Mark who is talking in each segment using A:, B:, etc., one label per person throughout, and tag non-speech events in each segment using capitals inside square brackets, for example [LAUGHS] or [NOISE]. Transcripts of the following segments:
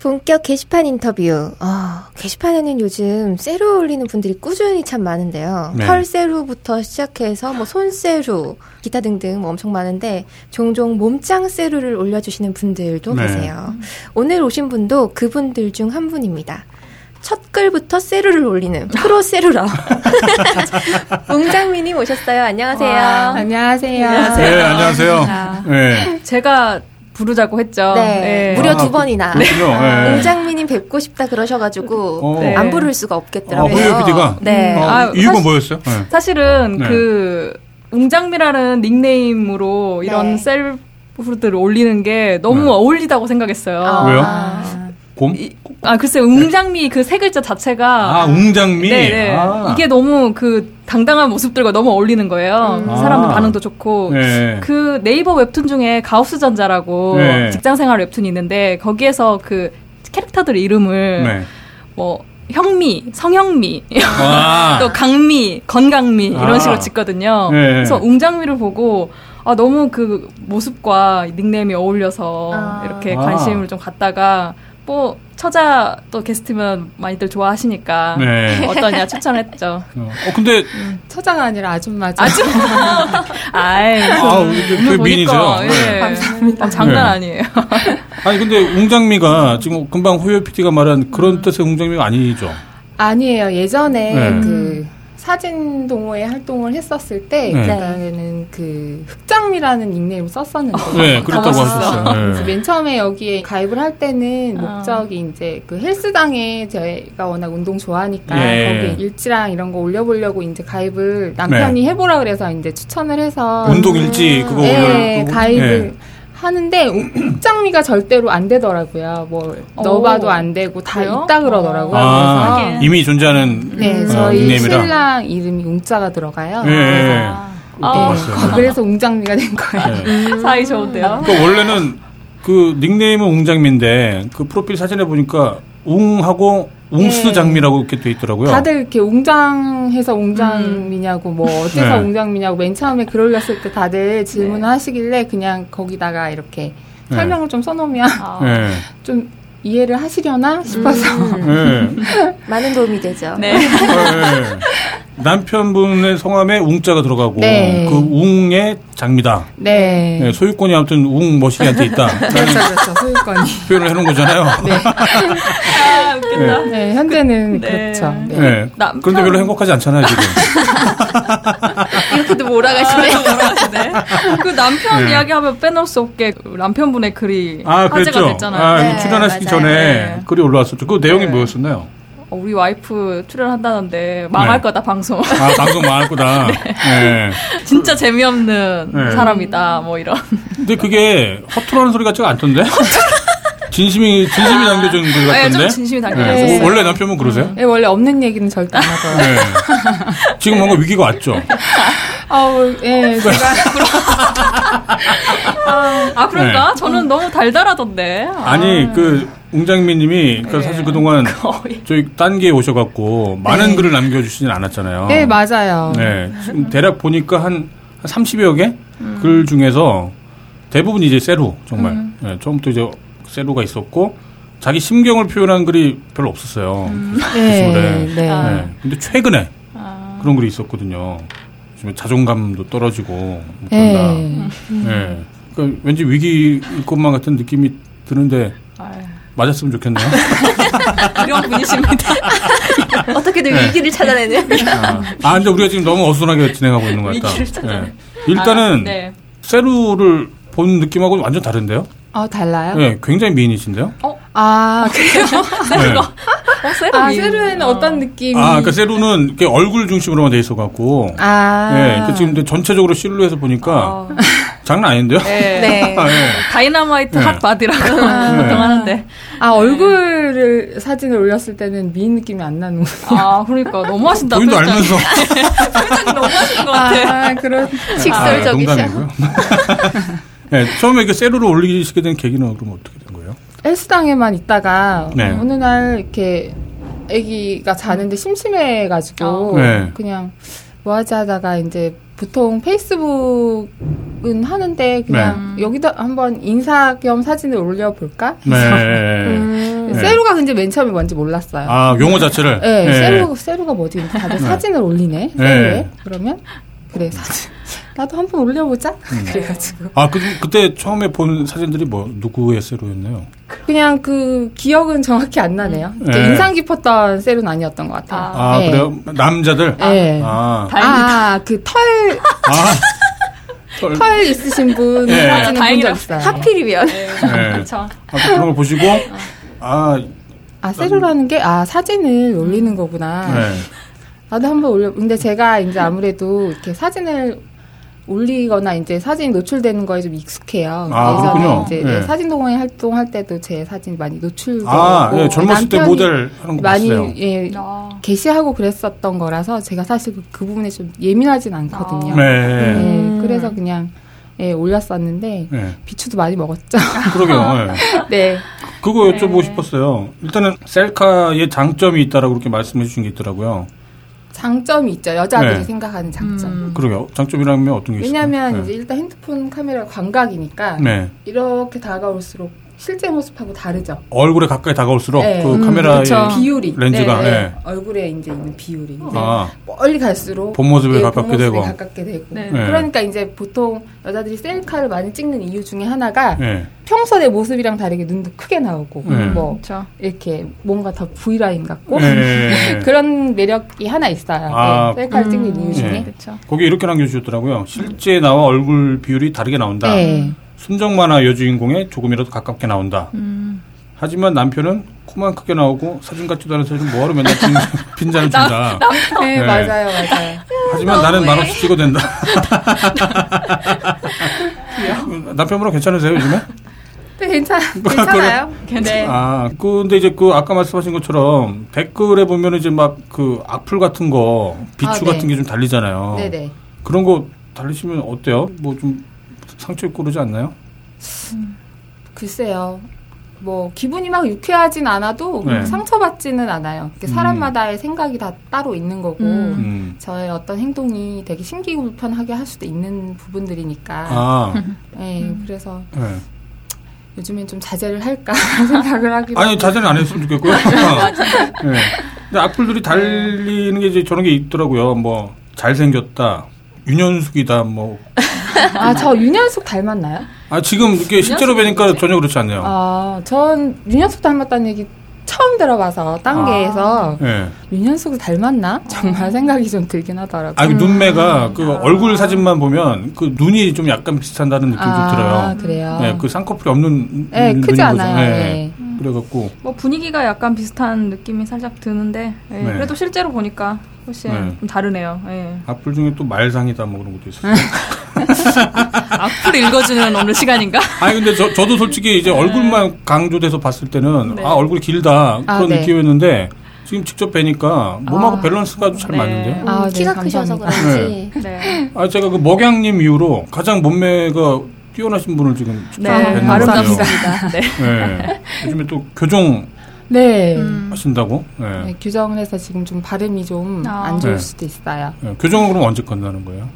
A: 본격 게시판 인터뷰. 어, 게시판에는 요즘 세로 올리는 분들이 꾸준히 참 많은데요.
B: 네.
A: 털세루부터 시작해서 뭐 손세루, 기타 등등 뭐 엄청 많은데 종종 몸짱 세루를 올려주시는 분들도
B: 네.
A: 계세요. 오늘 오신 분도 그분들 중 한 분입니다. 첫 글부터 세루를 올리는 프로
B: [LAUGHS]
A: 세루러 웅장미님 오셨어요. 안녕하세요.
C: 와,
D: 아,
C: 안녕하세요.
B: 네, 안녕하세요. 네.
C: 제가 부르자고 했죠.
A: 네, 무려
B: 아,
A: 두
B: 그-
A: 번이나 아,
B: 그렇군요. 네.
A: 웅장미님 뵙고 싶다 그러셔가지고
B: 어.
C: 네.
A: 안 부를 수가
B: 아,
A: 없겠더라고요.
B: 호요 PD가?
A: 네.
B: 어,
C: 아,
B: 이유가
C: 사실-
B: 뭐였어요? 네.
C: 사실은
B: 네.
C: 그 웅장미라는 닉네임으로
A: 네.
C: 이런 셀프들을 올리는 게 너무
B: 네.
C: 어울리다고 생각했어요.
A: 아.
B: 왜요?
A: 아,
B: 곰?
C: 이- 아 글쎄 웅장미 그 세 글자 자체가
B: 아, 웅장미?
C: 네네
B: 아.
C: 이게 너무 그 당당한 모습들과 너무 어울리는 거예요. 그
A: 음.
C: 사람들
B: 아.
C: 반응도 좋고
B: 네.
C: 그 네이버 웹툰 중에 가우스 전자라고
B: 네.
C: 직장생활 웹툰이 있는데 거기에서 그 캐릭터들 이름을
B: 네.
C: 뭐 형미, 성형미,
B: 아.
C: 또 강미, 건강미
B: 아.
C: 이런 식으로 짓거든요.
B: 네.
C: 그래서 웅장미를 보고 아 너무 그 모습과 닉네임이 어울려서
A: 아.
C: 이렇게
B: 아.
C: 관심을 좀 갖다가 뭐 처자 또 게스트면 많이들 좋아하시니까
B: 네.
C: 어떠냐 추천했죠.
B: 어, 근데,
D: 처자가 아니라 아줌마죠.
C: 아주 아이
B: 아, 그, 그
C: 오늘
B: 미인이세요.
C: 보니까,
B: 네.
C: 예.
D: 감사합니다.
C: 아, 장난
B: 네.
C: 아니에요.
B: 아니, 근데 웅장미가 지금 금방 호요 PD가 말한 그런 뜻의 웅장미가 아니죠.
D: 아니에요. 예전에
B: 네.
D: 그 사진 동호회 활동을 했었을 때
B: 네.
D: 그때는 그 흑장미라는 닉네임을 썼었는데
B: 네, 그렇다고
C: 멋있어.
B: 하셨어요.
D: 그래서
B: 네.
D: 맨 처음에 여기에 가입을 할
A: 어.
D: 때는
C: 아.
D: 목적이 이제 그 헬스장에 제가 워낙 운동 좋아하니까
B: 예.
D: 거기 일지랑 이런 거 올려보려고 이제 가입을 남편이 해보라 그래서 이제 추천을 해서
B: 네. 운동 일지, 그거
D: 아, 네,
B: 올려-
D: 가입을
B: 네.
D: 하는데 흑장미가 절대로 안 되더라고요. 뭘
C: 오.
D: 넣어봐도 안 되고 다
C: 그래요?
D: 있다 그러더라고요.
B: 아,
D: 그래서
C: 하긴.
B: 이미 존재하는 어,
D: 네,
C: 음.
D: 저희
B: 닉네임이라.
D: 신랑 이름이 웅자가 들어가요. 네,
B: 예, 예.
C: 아.
B: 봤어요.
D: [LAUGHS] 그래서 웅장미가 된 거예요.
B: 네.
C: 사이 좋은데요. [LAUGHS]
B: 그러니까 원래는 그 닉네임은 웅장미인데 그 프로필 사진에 보니까 웅하고 웅스
D: 네.
B: 장미라고 이렇게 돼 있더라고요.
D: 다들 이렇게 웅장해서 웅장미냐고 뭐 어째서
B: 네.
D: 웅장미냐고 맨 처음에 글 올렸을 때 다들 질문을 하시길래 그냥 거기다가 이렇게
B: 네.
D: 설명을 좀 써놓으면 [LAUGHS]
C: 아.
B: 예.
D: 좀 이해를 하시려나 싶어서
B: 예. 예.
A: 많은 도움이 되죠.
C: 네.
B: 예. 남편분의 성함에 웅자가 들어가고
D: 네.
B: 그 웅의 장미다.
D: 네.
B: 예, 소유권이 아무튼 웅 머시기한테 있다. 라는
D: 그렇죠, 그렇죠. 소유권이.
B: 표현을 해놓은 거잖아요.
D: 네.
C: 아, 웃긴다.
D: 네, 현재는
C: 네.
D: 그렇죠. 네.
B: 예.
C: 남편-
B: 그런데 별로 행복하지 않잖아요 지금.
A: 이렇게도 몰아가시네.
C: 아, 돌아가시네. 그 남편
B: 네.
C: 이야기하면 빼놓을 수 없게 그 남편분의 글이
B: 아
C: 화제가
B: 그랬죠.
C: 됐잖아요.
B: 아,
A: 네,
B: 출연하시기
A: 맞아요.
B: 전에
C: 네.
B: 글이 올라왔었죠. 그 내용이
C: 네.
B: 뭐였었나요?
C: 어, 우리 와이프 출연한다는데 망할
B: 네.
C: 거다 방송. [LAUGHS]
B: 아 방송 망할 거다. 예.
C: 진짜 재미없는
B: 네.
C: 사람이다.
B: [LAUGHS]
C: 뭐 이런.
B: 근데 그게 허투루하는 소리 같지가 않던데?
C: [LAUGHS]
B: 진심이, 진심이 담겨진 글
C: 네,
B: 같던데?
C: 좀 진심이 음. 담겨져
B: 네.
D: 있어요.
B: 어, 원래 남편분 그러세요?
D: 네, 원래 없는 얘기는 절대 안 하고요.
B: 네. 지금 뭔가 위기가 왔죠?
D: [LAUGHS] 아우, 예, 제가 [LAUGHS]
C: 아 그런가?
B: 네.
C: 저는 너무 달달하던데. 아, 예.
B: 아니, 그, 웅장미 님이, 그러니까 사실 그동안
C: 거의. 예.
B: 저희 딴게 오셔갖고, 많은 글을 남겨주시진 않았잖아요.
D: 네, 맞아요.
B: 네. 지금 대략 보니까 한, 한 30여 개?
C: 음.
B: 글 중에서 대부분 이제 세루, 정말. 네, 처음부터 이제 세루가 있었고, 자기 심경을 표현한 글이 별로 없었어요.
C: 음.
D: 네, 네.
C: 아.
B: 네. 근데 최근에
C: 아,
B: 그런 글이 있었거든요. 요즘에 자존감도 떨어지고 뭐 그런다.
D: 네.
C: 음.
B: 예. 그러니까 왠지 위기일 것만 같은 느낌이 드는데
C: 아유,
B: 맞았으면
C: [LAUGHS]
B: 좋겠네요.
C: 이런 분이십니다.
A: 아. 어떻게든
B: 네.
A: 위기를 [LAUGHS] 찾아내는.
B: 아, 아, 근데 우리가 지금 너무 어수선하게 진행하고 있는 것
C: 위기를
B: 같다.
C: 찾아내.
B: 예. [LAUGHS] 일단은
C: 아, 네.
B: 세루를 본 느낌하고는 완전 다른데요.
D: 아, 달라요?
B: 예, 굉장히 미인이신데요.
D: 아, 그래요?
B: 예.
C: 어, 세로
D: 아,
C: 미-
D: 세르에는
C: 어.
D: 어떤 느낌이?
B: 아, 그러니까 세루는 이렇게 얼굴 중심으로만 돼 있어갖고,
D: 아.
B: 예, 그러니까 지금 근데 전체적으로 실루엣을 보니까
C: 어,
B: 장난 아닌데요.
C: 네.
A: 네.
B: 아, 예.
C: 다이너마이트
B: 네.
C: 핫바디라고 보통 하는데.
D: 아, 얼굴을 사진을 올렸을 때는 미인 느낌이 안 나는 거예요.
C: 아 그러니까 너무 하신다.
B: 본인도
C: 표정이.
B: 알면서.
C: [LAUGHS] 표정이 너무 하신 것 같아.
D: 아, [LAUGHS] 그런.
A: 직설적이셔.
B: 예, 농담이고요. [LAUGHS] 네, 처음에 이렇게 세로로 올리시게 된 계기는 그럼 어떻게 된 거예요?
D: 헬스장에만 있다가
B: 네.
D: 어느 날 이렇게 아기가 자는데 심심해가지고
B: 아. 네.
D: 그냥 뭐하지 하다가 이제 보통 페이스북은 하는데 그냥 여기다 한번 인사 겸 사진을 올려볼까?
B: 네.
A: 음.
D: 세루가 근데 맨 처음에 뭔지 몰랐어요.
B: 아 용어 자체를.
D: 네,
B: 예.
D: 세루 세루가 뭐지? 다들 사진을 올리네.
B: 네.
D: 세루에 그러면 그래 사진. 나도 한번 올려보자. [LAUGHS] 그래가지고
B: 아 그, 그때 처음에 본 사진들이 뭐 누구의 세로였나요?
D: 그냥 그 기억은 정확히 안 나네요. 이제
B: 네.
D: 인상 깊었던 세루는 아니었던 것 같아요.
B: 아
D: 네.
B: 그래요? 남자들.
D: 네.
B: 아.
D: 아, 그 털 털
B: 아.
D: [LAUGHS]
B: 털.
D: 있으신 분
B: 네.
C: 아,
D: 사진을 본
C: 다행이다.
D: 적 있어요.
A: 하필이면.
B: 네.
C: 그렇죠.
B: 아, 그런 걸 보시고 아
D: 아, 세로라는 게, 아, 사진을 올리는 거구나.
B: 음. 네.
D: 나도 한번 올려. 근데 제가 이제 아무래도 이렇게 사진을 올리거나 이제 사진 노출되는 거에 좀 익숙해요.
B: 아,
D: 예전에
B: 그렇군요.
D: 이제
B: 예.
D: 사진 동호회 활동할 때도 제 사진 많이 노출되고
B: 아 예, 젊었을 때
D: 뭐, 남편이
B: 모델 하는 거
D: 많이
B: 봤어요.
D: 예,
C: 아,
D: 게시하고 그랬었던 거라서 제가 사실 그, 그 부분에 좀 예민하진 않거든요.
C: 아.
B: 네.
D: 예,
A: 음.
D: 그래서 그냥 예, 올렸었는데
B: 네.
D: 비추도 많이 먹었죠. [LAUGHS]
B: 그러게요. 예.
D: 네.
B: 그거
C: 네.
B: 여쭤보고 싶었어요. 일단은 셀카의 장점이 있다라고 그렇게 말씀해 주신 게 있더라고요.
D: 장점이 있죠. 여자들이
B: 네.
D: 생각하는 장점.
C: 음.
B: 그러게요. 장점이라면 어떤 게 있어요?
D: 왜냐하면
B: 네.
D: 이제 일단 핸드폰 카메라 광각이니까
B: 네.
D: 이렇게 다가올수록 실제 모습하고 다르죠.
B: 얼굴에 가까이 다가올수록
D: 네.
B: 그
D: 음,
B: 카메라의
C: 그쵸. 아,
D: 비율이 네,
B: 렌즈가, 예.
D: 얼굴에 이제 있는 비율이 이제
B: 아,
D: 멀리 갈수록
B: 본 모습에
D: 예,
B: 가깝게
D: 본 모습에
B: 되고.
D: 가깝게 되고.
C: 네.
B: 네.
D: 그러니까 이제 보통 여자들이 셀카를 많이 찍는 이유 중에 하나가
B: 예.
D: 평소 내 모습이랑 다르게 눈도 크게 나오고
B: 네.
D: 뭐
C: 그렇죠.
D: 이렇게 뭔가 더 V라인 같고
B: 예.
D: [LAUGHS] 그런 매력이 하나 있어요.
B: 아,
D: 네, 셀카를 찍는 이유 중에.
B: 네.
C: 그렇죠.
B: 거기 이렇게 남겨주셨더라고요. 실제 나와 얼굴 비율이 다르게 나온다.
D: 네.
B: 순정 만화 여주인공에 조금이라도 가깝게 나온다.
C: 음.
B: 하지만 남편은 코만 크게 나오고 사진 같지도 않은 사진 뭐하러 맨날 빈, [LAUGHS] 빈잔을 준다.
D: 네,
B: 네.
D: 맞아요, 맞아요.
B: 하지만 나는 말없이 찍어도 된다. 남편분은 괜찮으세요, 요즘에?
D: 네,
B: [LAUGHS]
D: 괜찮, 괜찮아요. 네.
B: 아, 근데 이제 그 아까 말씀하신 것처럼 댓글에 보면 이제 막 그 악플 같은 거, 비추
D: 아, 네.
B: 같은 게 좀 달리잖아요.
D: 네네.
B: 그런 거 달리시면 어때요? 뭐 좀 상처 입고 그러지 않나요?
D: 글쎄요. 뭐 기분이 막 유쾌하진 않아도
B: 네.
D: 상처받지는 않아요. 이렇게
B: 음.
D: 사람마다의 생각이 다 따로 있는 거고
C: 음.
B: 음.
D: 저의 어떤 행동이 되게 신기 불편하게 할 수도 있는 부분들이니까.
B: 아,
D: 네, 그래서
B: 네.
D: 요즘엔 좀 자제를 할까 [LAUGHS] 생각을 하기로.
B: 아니 자제는 안 했으면
D: [LAUGHS]
B: 좋겠고요. 네. 근데 악플들이 달리는 게 이제 저런 게 있더라고요. 뭐 잘생겼다, 윤현숙이다, 뭐.
D: 아, 저 윤현숙 닮았나요?
B: 아 지금 이렇게 실제로 뵈니까 전혀 그렇지 않네요.
D: 아, 전 윤현숙 닮았다는 얘기 처음 들어봐서
B: 아.
D: 딴게에서
B: 예.
D: 윤현숙을 닮았나 정말 생각이 좀 들긴 하더라고요.
B: 아, 그 눈매가
D: 음.
B: 그 얼굴 사진만 보면 그 눈이 좀 약간 비슷한다는 느낌이 좀 들어요.
D: 아, 그래요.
B: 네, 그 쌍꺼풀이 없는
D: 예,
B: 눈인
D: 크지
B: 거죠.
D: 않아요.
B: 예,
D: 예.
B: 예. 그래갖고
C: 뭐 분위기가 약간 비슷한 느낌이 살짝 드는데 예,
B: 네.
C: 그래도 실제로 보니까 훨씬
B: 네.
C: 좀 다르네요. 예.
B: 악플 중에 또 말상이다 뭐 그런 것도 있어요.
C: 악플 읽어주는 오늘 시간인가?
B: 아니 근데 저, 저도 솔직히
D: 네.
B: 이제 얼굴만 강조돼서 봤을 때는
C: 네.
B: 아 얼굴이 길다 그런
D: 아, 네.
B: 느낌이었는데 지금 직접 뵈니까 몸하고
D: 아.
B: 밸런스가 아주 잘
C: 네.
B: 맞는데요.
D: 아, 네,
A: 음, 키가 크셔서
D: 감사합니다.
A: 그런지.
C: 네.
B: 아 제가 그 먹양님 이후로 가장 몸매가 뛰어나신 분을 지금
D: 아,
B: 직접
C: 네.
B: 뵙는 것 같아요.
C: 아름답습니다. 네.
B: 네. 요즘에 또 교정
D: 네.
C: 음.
B: 하신다고? 예.
D: 네, 규정을 해서 지금 좀 발음이 좀 안
C: 아.
D: 좋을
B: 네.
D: 수도 있어요.
B: 예, 교정은 그럼 언제 끝나는 거예요?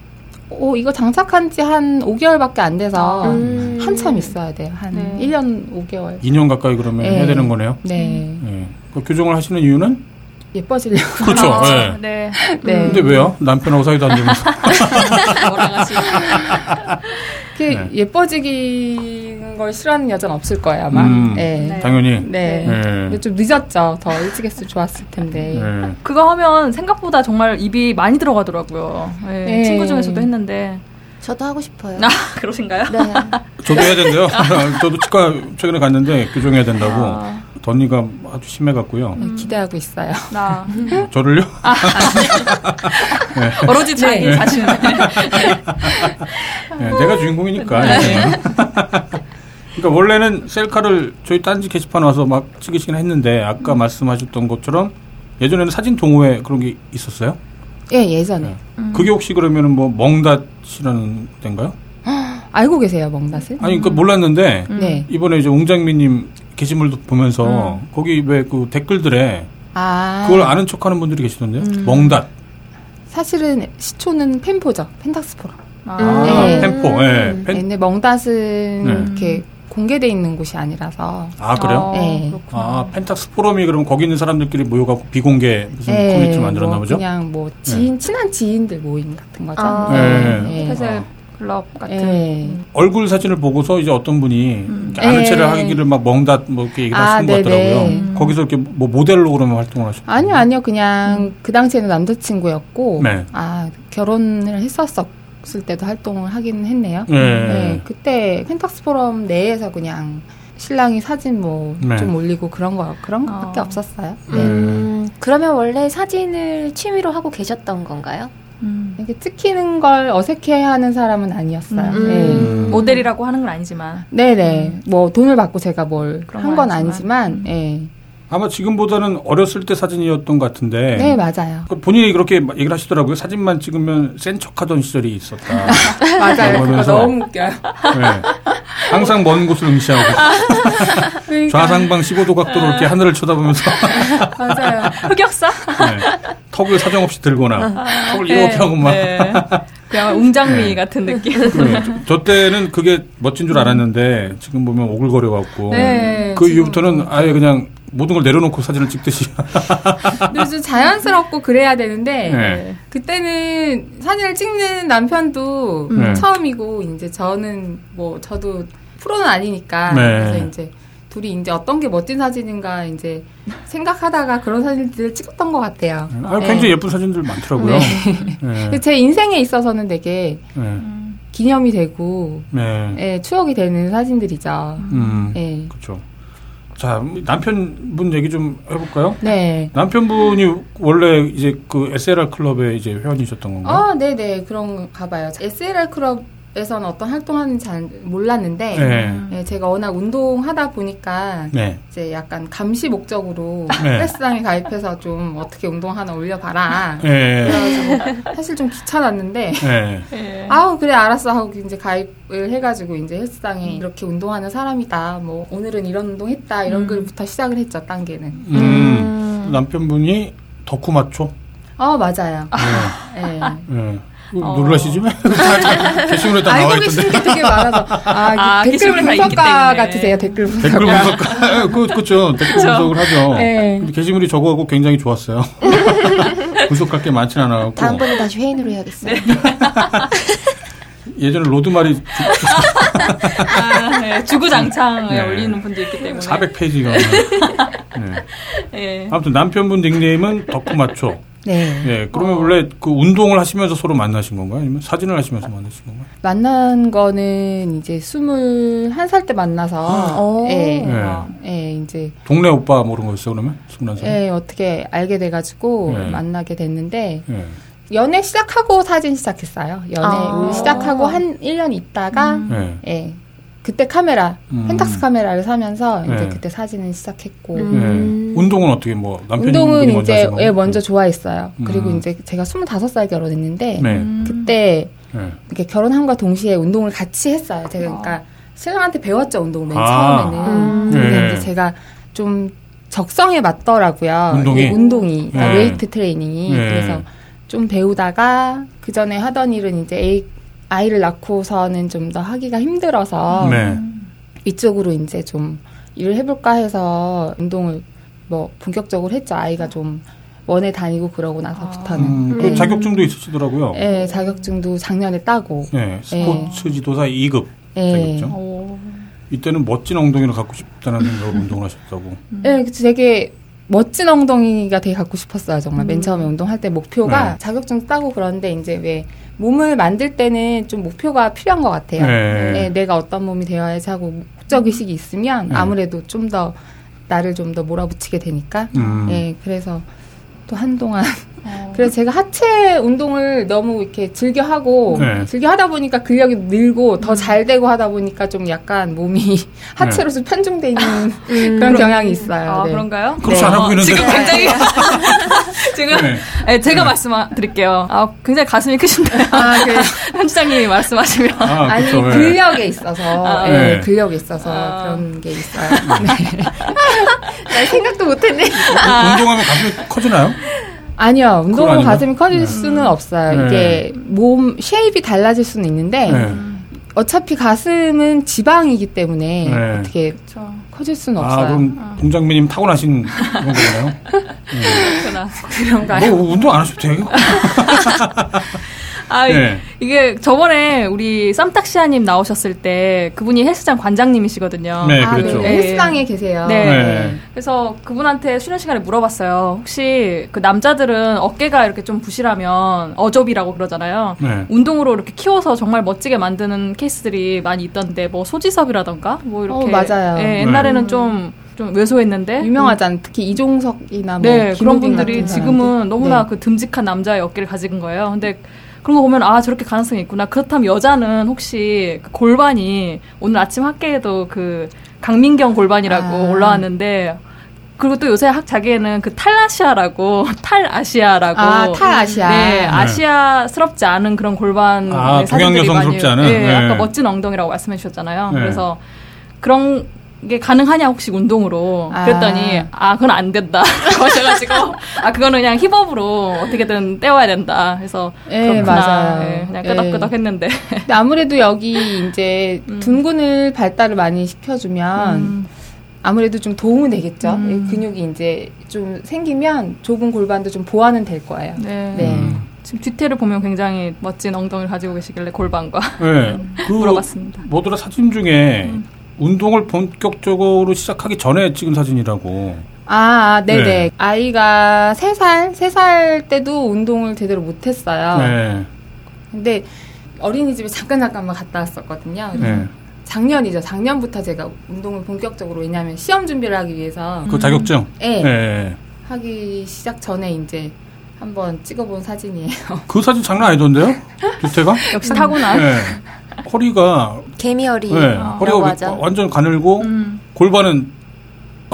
D: 오, 이거 장착한 지 한 5개월밖에 안 돼서
A: 음.
D: 아, 한참 있어야 돼요. 한
C: 네.
D: 1년 5개월.
B: 2년 가까이 그러면
D: 예.
B: 해야 되는 거네요.
D: 네.
B: 예. 그 교정을 하시는 이유는?
D: 예뻐지려고.
B: 그렇죠.
C: 아,
B: 예.
C: 네.
D: 네.
B: 근데 왜요? 남편하고 사이도 안 되면서.
C: 뭐라 하시
D: 그
B: 네.
D: 예뻐지는 걸 싫어하는 여자는 없을 거예요, 아마.
B: 음.
D: [LAUGHS] 네.
B: 당연히.
D: 네.
B: 예.
D: 근데 좀 늦었죠. 네. 더 일찍 했으면 좋았을 텐데.
B: 예.
C: 그거 하면 생각보다 정말 입이 많이 들어가더라고요. 예,
D: 네.
C: 친구 중에서도 했는데. [LAUGHS]
A: 저도 하고 싶어요.
C: 아, 그러신가요?
A: 네.
B: 저도 해야 된대요.
D: [LAUGHS]
B: 저도 치과 최근에 갔는데 교정해야 된다고.
C: 아,
B: 덧니가 아주 심해갖고요.
D: 네, 기대하고 있어요.
C: 나
B: 저를요?
C: [LAUGHS] 오로지 자기
B: 네.
C: 자신.
B: 예, 내가 주인공이니까.
D: 네.
B: 이제는. [LAUGHS] 그러니까 원래는 셀카를 저희 딴지 게시판 와서 막 찍으시긴 했는데 아까
D: 음.
B: 말씀하셨던 것처럼 예전에는 사진 동호회 그런 게 있었어요?
D: [LAUGHS] 예,
B: 네.
D: 예전에.
B: 그게 혹시 그러면은 뭐 멍닷이라는 데인가요?
D: 알고 계세요, 멍닷을?
B: 아니 그 몰랐는데
D: 음. 네. 음.
B: 이번에 이제 옹장미님 게시물도 보면서 거기 왜 그 댓글들에
D: 아. 음.
B: 그걸 아- 아는 척하는 분들이 계시던데요. 멍닷,
D: 사실은 시초는 펜포죠. 펜탁스포라.
C: 아,
B: 아,
D: 네.
B: 펜포, 예, 펜,
D: 옛날 멍닷은
B: 네.
D: 이렇게 공개돼 있는 곳이 아니라서
B: 아 그래요?
C: 어,
D: 네.
C: 그렇구나.
B: 아 펜탁스 포럼이 그럼 거기 있는 사람들끼리 모여가고 비공개 무슨
D: 예,
B: 커뮤니티 만들었나
D: 뭐
B: 보죠? 네.
D: 그냥 뭐 지인 친한 지인들 모임 같은 거죠.
A: 아.
B: 예.
D: 네.
C: 회사
B: 아.
C: 클럽 같은.
D: 예.
C: 음.
B: 얼굴 사진을 보고서 이제 어떤 분이 이렇게 아는
D: 예.
B: 체를 하기를 막 멍다 뭐 이렇게 얘기를
D: 아,
B: 하시는 것
D: 네네.
B: 같더라고요. 거기서 이렇게 뭐 모델로 그러면 활동을 하셨고
D: 아니요, 아니요. 그냥 그 당시에는 남자친구였고,
B: 네.
D: 아, 결혼을 했었을 때도 활동을 하긴 했네요.
B: 예.
D: 네, 그때 펜탁스 포럼 내에서 그냥 신랑이 사진 뭐 좀
B: 네.
D: 올리고 그런 거, 그런 것밖에
C: 어.
D: 없었어요.
A: 음, 그러면 원래 사진을 취미로 하고 계셨던 건가요?
C: 음.
D: 이렇게 찍히는 걸 어색해 하는 사람은 아니었어요.
C: 음.
D: 네.
B: 음.
C: 모델이라고 하는 건 아니지만.
D: 네네. 뭐 돈을 받고 제가 뭘 한
C: 그런
D: 건
C: 건
D: 아니지만,
C: 아니지만.
D: 예.
B: 아마 지금보다는 어렸을 때 사진이었던 것 같은데
D: 네, 맞아요.
B: 그 본인이 그렇게 얘기를 하시더라고요. 사진만 찍으면 센 척하던 시절이 있었다.
D: [LAUGHS] 맞아요. 그거
B: 먹으면서.
D: 너무 웃겨요.
B: 네. 항상 먼 곳을
D: 아.
B: 응시하고
D: 그러니까.
B: 좌상방 15도 각도로 이렇게 하늘을 쳐다보면서
D: 맞아요.
C: [LAUGHS] 흑역사?
B: 네. 턱을 사정없이
D: 아.
B: 들거나 턱을 이렇게 하고 막
C: 네. 그냥 웅장미
B: 네.
C: 같은 느낌.
B: 그래. 저, 저 때는 그게 멋진 줄 알았는데 지금 보면 오글거려 갖고
D: 네,
B: 그
D: 지금
B: 이후부터는 아예 그냥 모든 걸 내려놓고 사진을 찍듯이
D: 요즘 자연스럽고 그래야 되는데
B: [LAUGHS] 네.
D: 그때는 사진을 찍는 남편도
B: 네.
D: 처음이고 이제 저는 뭐 저도 프로는 아니니까
B: 네.
D: 그래서 이제 둘이 이제 어떤 게 멋진 사진인가 이제 생각하다가 그런 사진들을 찍었던 것 같아요. 네.
B: 아, 굉장히 예쁜 사진들 많더라고요. 네.
D: 제 인생에 있어서는 되게
B: 네.
D: 기념이 되고
B: 네.
D: 예, 추억이 되는 사진들이죠.
B: 음.
D: 예.
B: 그렇죠. 자, 남편분 얘기 좀 해볼까요?
D: 네.
B: 남편분이 원래 이제 그 SLR 클럽에 이제 회원이셨던 건가요?
D: 아, 네네. 그런 가봐요. SLR 클럽에서는 어떤 활동하는지 잘 몰랐는데
B: 네.
D: 예, 제가 워낙 운동하다 보니까
B: 네.
D: 이제 약간 감시 목적으로
B: 네.
D: 헬스장에 가입해서 좀 어떻게 운동 하나 올려봐라.
B: 네.
D: 그래가지고 사실 좀 귀찮았는데
B: 네.
C: 네.
D: 아우 그래 알았어 하고 이제 가입을 해가지고 이제 헬스장에 이렇게 운동하는 사람이다. 뭐 오늘은 이런 운동 했다 이런
C: 음.
D: 글부터 시작을 했죠 단계는.
B: 음. 남편분이 덕후 맞죠?
D: 어 맞아요.
B: 네.
D: 예.
B: 네.
C: 어.
B: 놀라시지?
D: [LAUGHS]
B: 게시물에 다 나와 있던데.
D: 알고 계신 게 되게 많아서 아,
C: 아,
D: 댓글
C: 게시물에 다 있기
D: 분석가
C: 때문에.
D: 같으세요 댓글 분석.
B: 댓글 분석가. 그, 그쵸. 댓글 분석을 하죠.
D: 아. 네.
B: 근데 게시물이 저거하고 굉장히
D: [LAUGHS]
B: 좋았어요. 분석할 게 많진 않아갖고.
A: 다음번에 다시 회인으로 해야겠어요.
B: 예전에 로드말이
C: 아, 네. 주구장창에
B: 네.
C: 올리는 분도 있기 때문에.
B: 400페이지가. 네.
C: 예.
B: 아무튼 남편분 닉네임은 덕후마초.
D: 네.
B: 예, 그러면 원래 그 운동을 하시면서 서로 만나신 건가요? 아니면 사진을 하시면서 만나신 건가요?
D: 만난 거는 이제 21살 때 만나서
A: 어.
D: 예.
B: 예.
D: 예, 이제
B: 동네 오빠 모르는 거였어요, 그러면? 스물한 살?
D: 예, 어떻게 알게 돼가지고
B: 네.
D: 만나게 됐는데
B: 예.
D: 연애 시작하고 사진 시작했어요. 연애
A: 아. 음.
D: 우리 시작하고 한 1년 있다가
B: 예.
D: 예. 그때 카메라
B: 음.
D: 펜탁스 카메라를 사면서 이제
B: 네.
D: 그때 사진을 시작했고
B: 예.
A: 음.
B: 운동은 어떻게 뭐 남편이
D: 운동은
B: 먼저
D: 이제
B: 하신 건가요?
D: 예, 먼저 좋아했어요. 그리고
B: 음.
D: 이제 제가 25살 결혼했는데
B: 네.
C: 음.
D: 그때
B: 예.
D: 이렇게 결혼함과 동시에 운동을 같이 했어요. 제가 그러니까 신랑한테 배웠죠 운동을 맨
B: 아.
D: 처음에는.
A: 음.
D: 근데
B: 예.
D: 이제 제가 좀 적성에 맞더라고요.
B: 운동이?
D: 이게 운동이 그러니까
B: 예.
D: 웨이트 트레이닝이
B: 예.
D: 그래서 좀 배우다가 그 전에 하던 일은 이제 애, 아이를 낳고서는 좀 더 하기가 힘들어서
B: 네.
D: 이쪽으로 이제 좀 일을 해볼까 해서 운동을 뭐 본격적으로 했죠. 아이가 좀 원에 다니고 그러고 나서부터는.
B: 음, 그
D: 네.
B: 자격증도 있으시더라고요. 예.
D: 예, 자격증도 작년에 따고.
B: 스포츠 지도사 2급.
D: 예.
B: 자격증?
C: 오.
B: 이때는 멋진 엉덩이를 갖고 싶다는 생각으로 운동을 하셨다고.
D: 예, 그치, 되게 멋진 엉덩이가 되게 갖고 싶었어요. 정말 맨 처음에 운동할 때 목표가
B: 네.
D: 자격증 따고 그런데 이제 왜 몸을 만들 때는 좀 목표가 필요한 것 같아요.
B: 네.
D: 예, 내가 어떤 몸이 되어야지 하고 목적 의식이 있으면
B: 네.
D: 아무래도 좀 더 나를 좀 더 몰아붙이게 되니까.
B: 음. 어.
D: 예, 그래서 또 한동안 [LAUGHS] 그래서 제가 하체 운동을 너무 이렇게 즐겨 하고
B: 네.
D: 즐겨 하다 보니까 근력이 늘고 더 잘 되고 하다 보니까 좀 약간 몸이 [LAUGHS] 하체로 좀 편중돼 있는 그런 경향이 있어요.
C: 아,
D: 네.
C: 그런가요?
B: 그렇지 않아 보이는데.
C: 지금 굉장히. [LAUGHS] 지금.
B: 네.
C: 네, 제가 말씀드릴게요. 아, 굉장히 가슴이 크신데요. [LAUGHS]
D: 아, 그,
C: 현수장님이 말씀하시면.
B: 아,
D: 아니
B: 그쵸. 예.
D: 근력에 있어서
C: 아.
D: 예,
B: 네.
D: 근력에 있어서
C: 아.
D: 그런 게 있어요. 네. 난 생각도 못했네.
B: 운동하면 가슴이 커지나요?
D: 아니요,
B: 그건
D: 운동은
B: 아닌가?
D: 가슴이 커질 수는 없어요.
B: 네.
D: 이게 몸 쉐입이 달라질 수는 있는데
B: 네.
D: 어차피 가슴은 지방이기 때문에
B: 네.
D: 어떻게
C: 그렇죠.
D: 커질 수는
B: 아,
D: 없어요.
B: 그럼 동장미님 타고나신 그런 거네요.
C: 그렇구나. 네.
B: 뭐 운동 안 하셔도 돼요.
C: 아,
B: 네.
C: 이게 저번에 우리 쌈딱시아님 나오셨을 때 그분이 헬스장 관장님이시거든요.
B: 네,
D: 아,
B: 그렇죠.
D: 네. 헬스장에 계세요.
C: 네.
B: 네.
C: 그래서 그분한테 수련 시간에 물어봤어요. 혹시 그 남자들은 어깨가 이렇게 좀 부실하면 어접이라고 그러잖아요.
B: 네.
C: 운동으로 이렇게 키워서 정말 멋지게 만드는 케이스들이 많이 있던데 뭐 소지섭이라던가 뭐 이렇게
D: 어, 맞아요. 음.
C: 예, 옛날에는 좀 좀 왜소했는데
D: 유명하잖아요. 특히 이종석이나 뭐
C: 음. 네, 그런
D: 김우빈
C: 분들이
D: 같은
C: 지금은
D: 사람들.
C: 너무나
D: 네.
C: 그 듬직한 남자의 어깨를 가진 거예요. 근데 그런 거 보면 아 저렇게 가능성이 있구나. 그렇다면 여자는 혹시 그 골반이 오늘 아침 학계에도 그 강민경 골반이라고
D: 아.
C: 올라왔는데 그리고 또 요새 학 자기에는 그 탈아시아라고 [LAUGHS] 탈아시아라고
D: 아, 탈아시아.
C: 네, 아시아스럽지 않은 그런 골반
B: 아, 동양
C: 사진들이
B: 여성스럽지
C: 많이-
B: 않은?
C: 네,
B: 네.
C: 아까 멋진 엉덩이라고 말씀해 주셨잖아요.
B: 네.
C: 그래서 그런 게 가능하냐 혹시 운동으로
D: 아.
C: 그랬더니 아 그건 안 된다 [LAUGHS] 그러셔가지고 아 그거는 그냥 힙업으로 어떻게든 떼워야 된다 그래서
D: 예,
C: 그렇구나
D: 맞아요.
C: 예, 그냥 끄덕끄덕
D: 예.
C: 했는데
D: 근데 아무래도 여기 이제
C: 음.
D: 둔근을 발달을 많이 시켜주면 아무래도 좀 도움은 되겠죠.
C: 음.
D: 이 근육이 이제 좀 생기면 좁은 골반도 좀 보완은 될 거예요.
C: 네.
D: 네.
B: 음.
C: 지금 뒤태를 보면 굉장히 멋진 엉덩이를 가지고 계시길래 골반과
B: 네. 그
C: 물어봤습니다
B: 뭐더라 사진 중에 운동을 본격적으로 시작하기 전에 찍은 사진이라고.
D: 아, 아, 네네.
B: 네.
D: 아이가 세살세 살 때도 운동을 제대로 못했어요.
B: 네.
D: 근데 어린이집에 잠깐 잠깐만 갔다 왔었거든요.
B: 네.
D: 작년이죠. 작년부터 제가 운동을 본격적으로 왜냐하면 시험 준비를 하기 위해서
B: 그 자격증.
D: 예,
B: 네.
D: 하기 시작 전에 이제 한번 찍어본
B: [LAUGHS]
D: 사진이에요.
B: 그 사진 장난 아니던데요? 뒤태가?
C: 역시 타고난
B: 네. 허리가
A: 개미어리.
B: 네.
C: 아,
B: 허리가
A: 맞아.
B: 완전 가늘고
C: 음.
B: 골반은 [LAUGHS]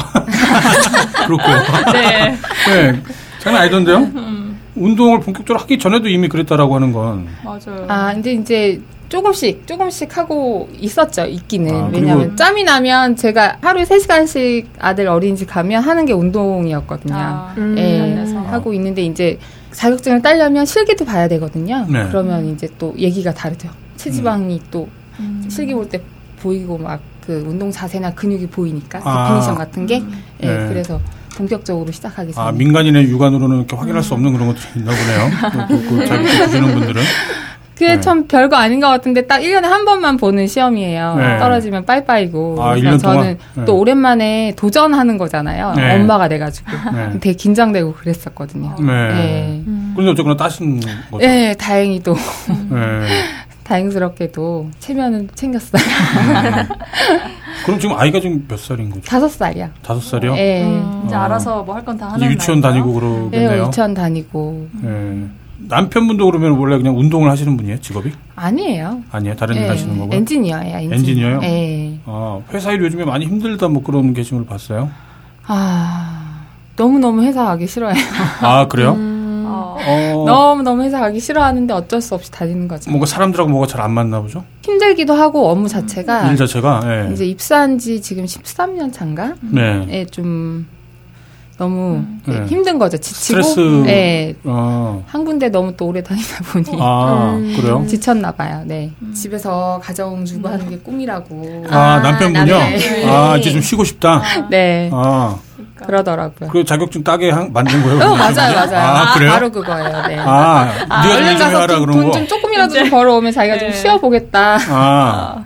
B: 그렇고.
C: 네
B: 네. 장난 아니던데요? 운동을 본격적으로 하기 전에도 이미 그랬다라고 하는 건.
C: 맞아요
D: 아, 근데 이제 조금씩 조금씩 하고 있었죠. 있기는.
B: 아, 그리고-
D: 왜냐하면 짬이 나면 제가 하루에 세시간씩 아들 어린이집 가면 하는 게 운동이었거든요.
C: 아,
A: 음.
D: 예,
C: 그래서.
D: 하고 있는데 이제 자격증을 따려면 실기도 봐야 되거든요.
B: 네.
D: 그러면 이제 또 얘기가 다르죠. 체지방이 또
C: 음.
D: 실기 볼 때 보이고 막 그 운동 자세나 근육이 보이니까
B: 아.
D: 디피니션 같은 게 예,
B: 네.
D: 그래서 본격적으로 시작하게
B: 아,
D: 됐어요.
B: 민간인의 육안으로는 이렇게 확인할 수 없는 그런 것들이 있나 보네요. 그, 그, 그 자격증 주시는 분들은.
D: 그게
B: 네.
D: 참 별거 아닌 것 같은데 딱 1년에 한 번만 보는 시험이에요.
B: 네.
D: 떨어지면 빠이빠이고.
B: 아,
D: 그래서
B: 1년
D: 저는
B: 동안? 네.
D: 또 오랜만에 도전하는 거잖아요.
B: 네.
D: 엄마가 돼가지고.
B: 네.
D: 되게 긴장되고 그랬었거든요.
B: 네. 뭐
D: 예.
C: 음.
B: 그런데 어쨌거나 따신 거죠.
D: 예, 다행히도,
B: 네.
D: 다행스럽게도 체면은 챙겼어요. [LAUGHS]
B: 그럼 지금 아이가 지금 몇 살인 거죠?
D: 다섯 살이야.
B: 다섯 살이요?
D: 예.
C: 음, 이제
B: 어.
C: 알아서 뭐 할 건 다
B: 이제
C: 하는
B: 유치원
C: 나이인가요?
B: 다니고
D: 예,
B: 그러겠네요.
D: 유치원 다니고.
B: 예. 남편분도 그러면 원래 그냥 운동을 하시는 분이에요, 직업이?
D: 아니에요.
B: 아니에요, 다른
D: 예,
B: 일 하시는 거고요.
D: 엔지니어예요, 엔지니어.
B: 엔지니어요?
D: 예.
B: 아, 회사 일 요즘에 많이 힘들다 뭐 그런 게시물 봤어요.
D: 아, 너무너무 회사 가기 싫어요.
B: 아, 그래요?
C: 어.
B: 어,
D: 음. 너무너무 회사 가기 싫어하는데 어쩔 수 없이 다니는 거죠.
B: 뭔가 사람들하고 뭐가 잘 안 맞나 보죠?
D: 힘들기도 하고 업무 자체가
B: 일 자체가. 예.
D: 아. 이제 입사한 지 지금 13년 차인가?
B: 네.
D: 예, 좀 너무 예,
B: 네.
D: 힘든 거죠. 지치고
B: 스트레스.
D: 예.
B: 어.
D: 한 군데 너무 또 오래 다니다 보니
B: 아,
A: 음.
B: 그래요?
D: 지쳤나 봐요. 네. 집에서 가정 주부하는 게 꿈이라고.
B: 아,
A: 아,
B: 남편분요?
A: 남편.
B: 아, 이제 좀 쉬고 싶다.
D: 네.
B: 아,
D: 그러더라고요.
B: 그 자격증 따게 한- 만든 거예요?
D: 어,
B: 그러면?
D: 맞아요, 맞아요.
B: 아, 그래요?
D: 바로 그거예요. 네.
B: 아, 네가
D: 얼른
B: 좀
D: 가서
B: 하라 그런 거.
D: 돈좀 조금이라도 좀 벌어오면 자기가
C: 네.
D: 좀 쉬어보겠다.
B: 아,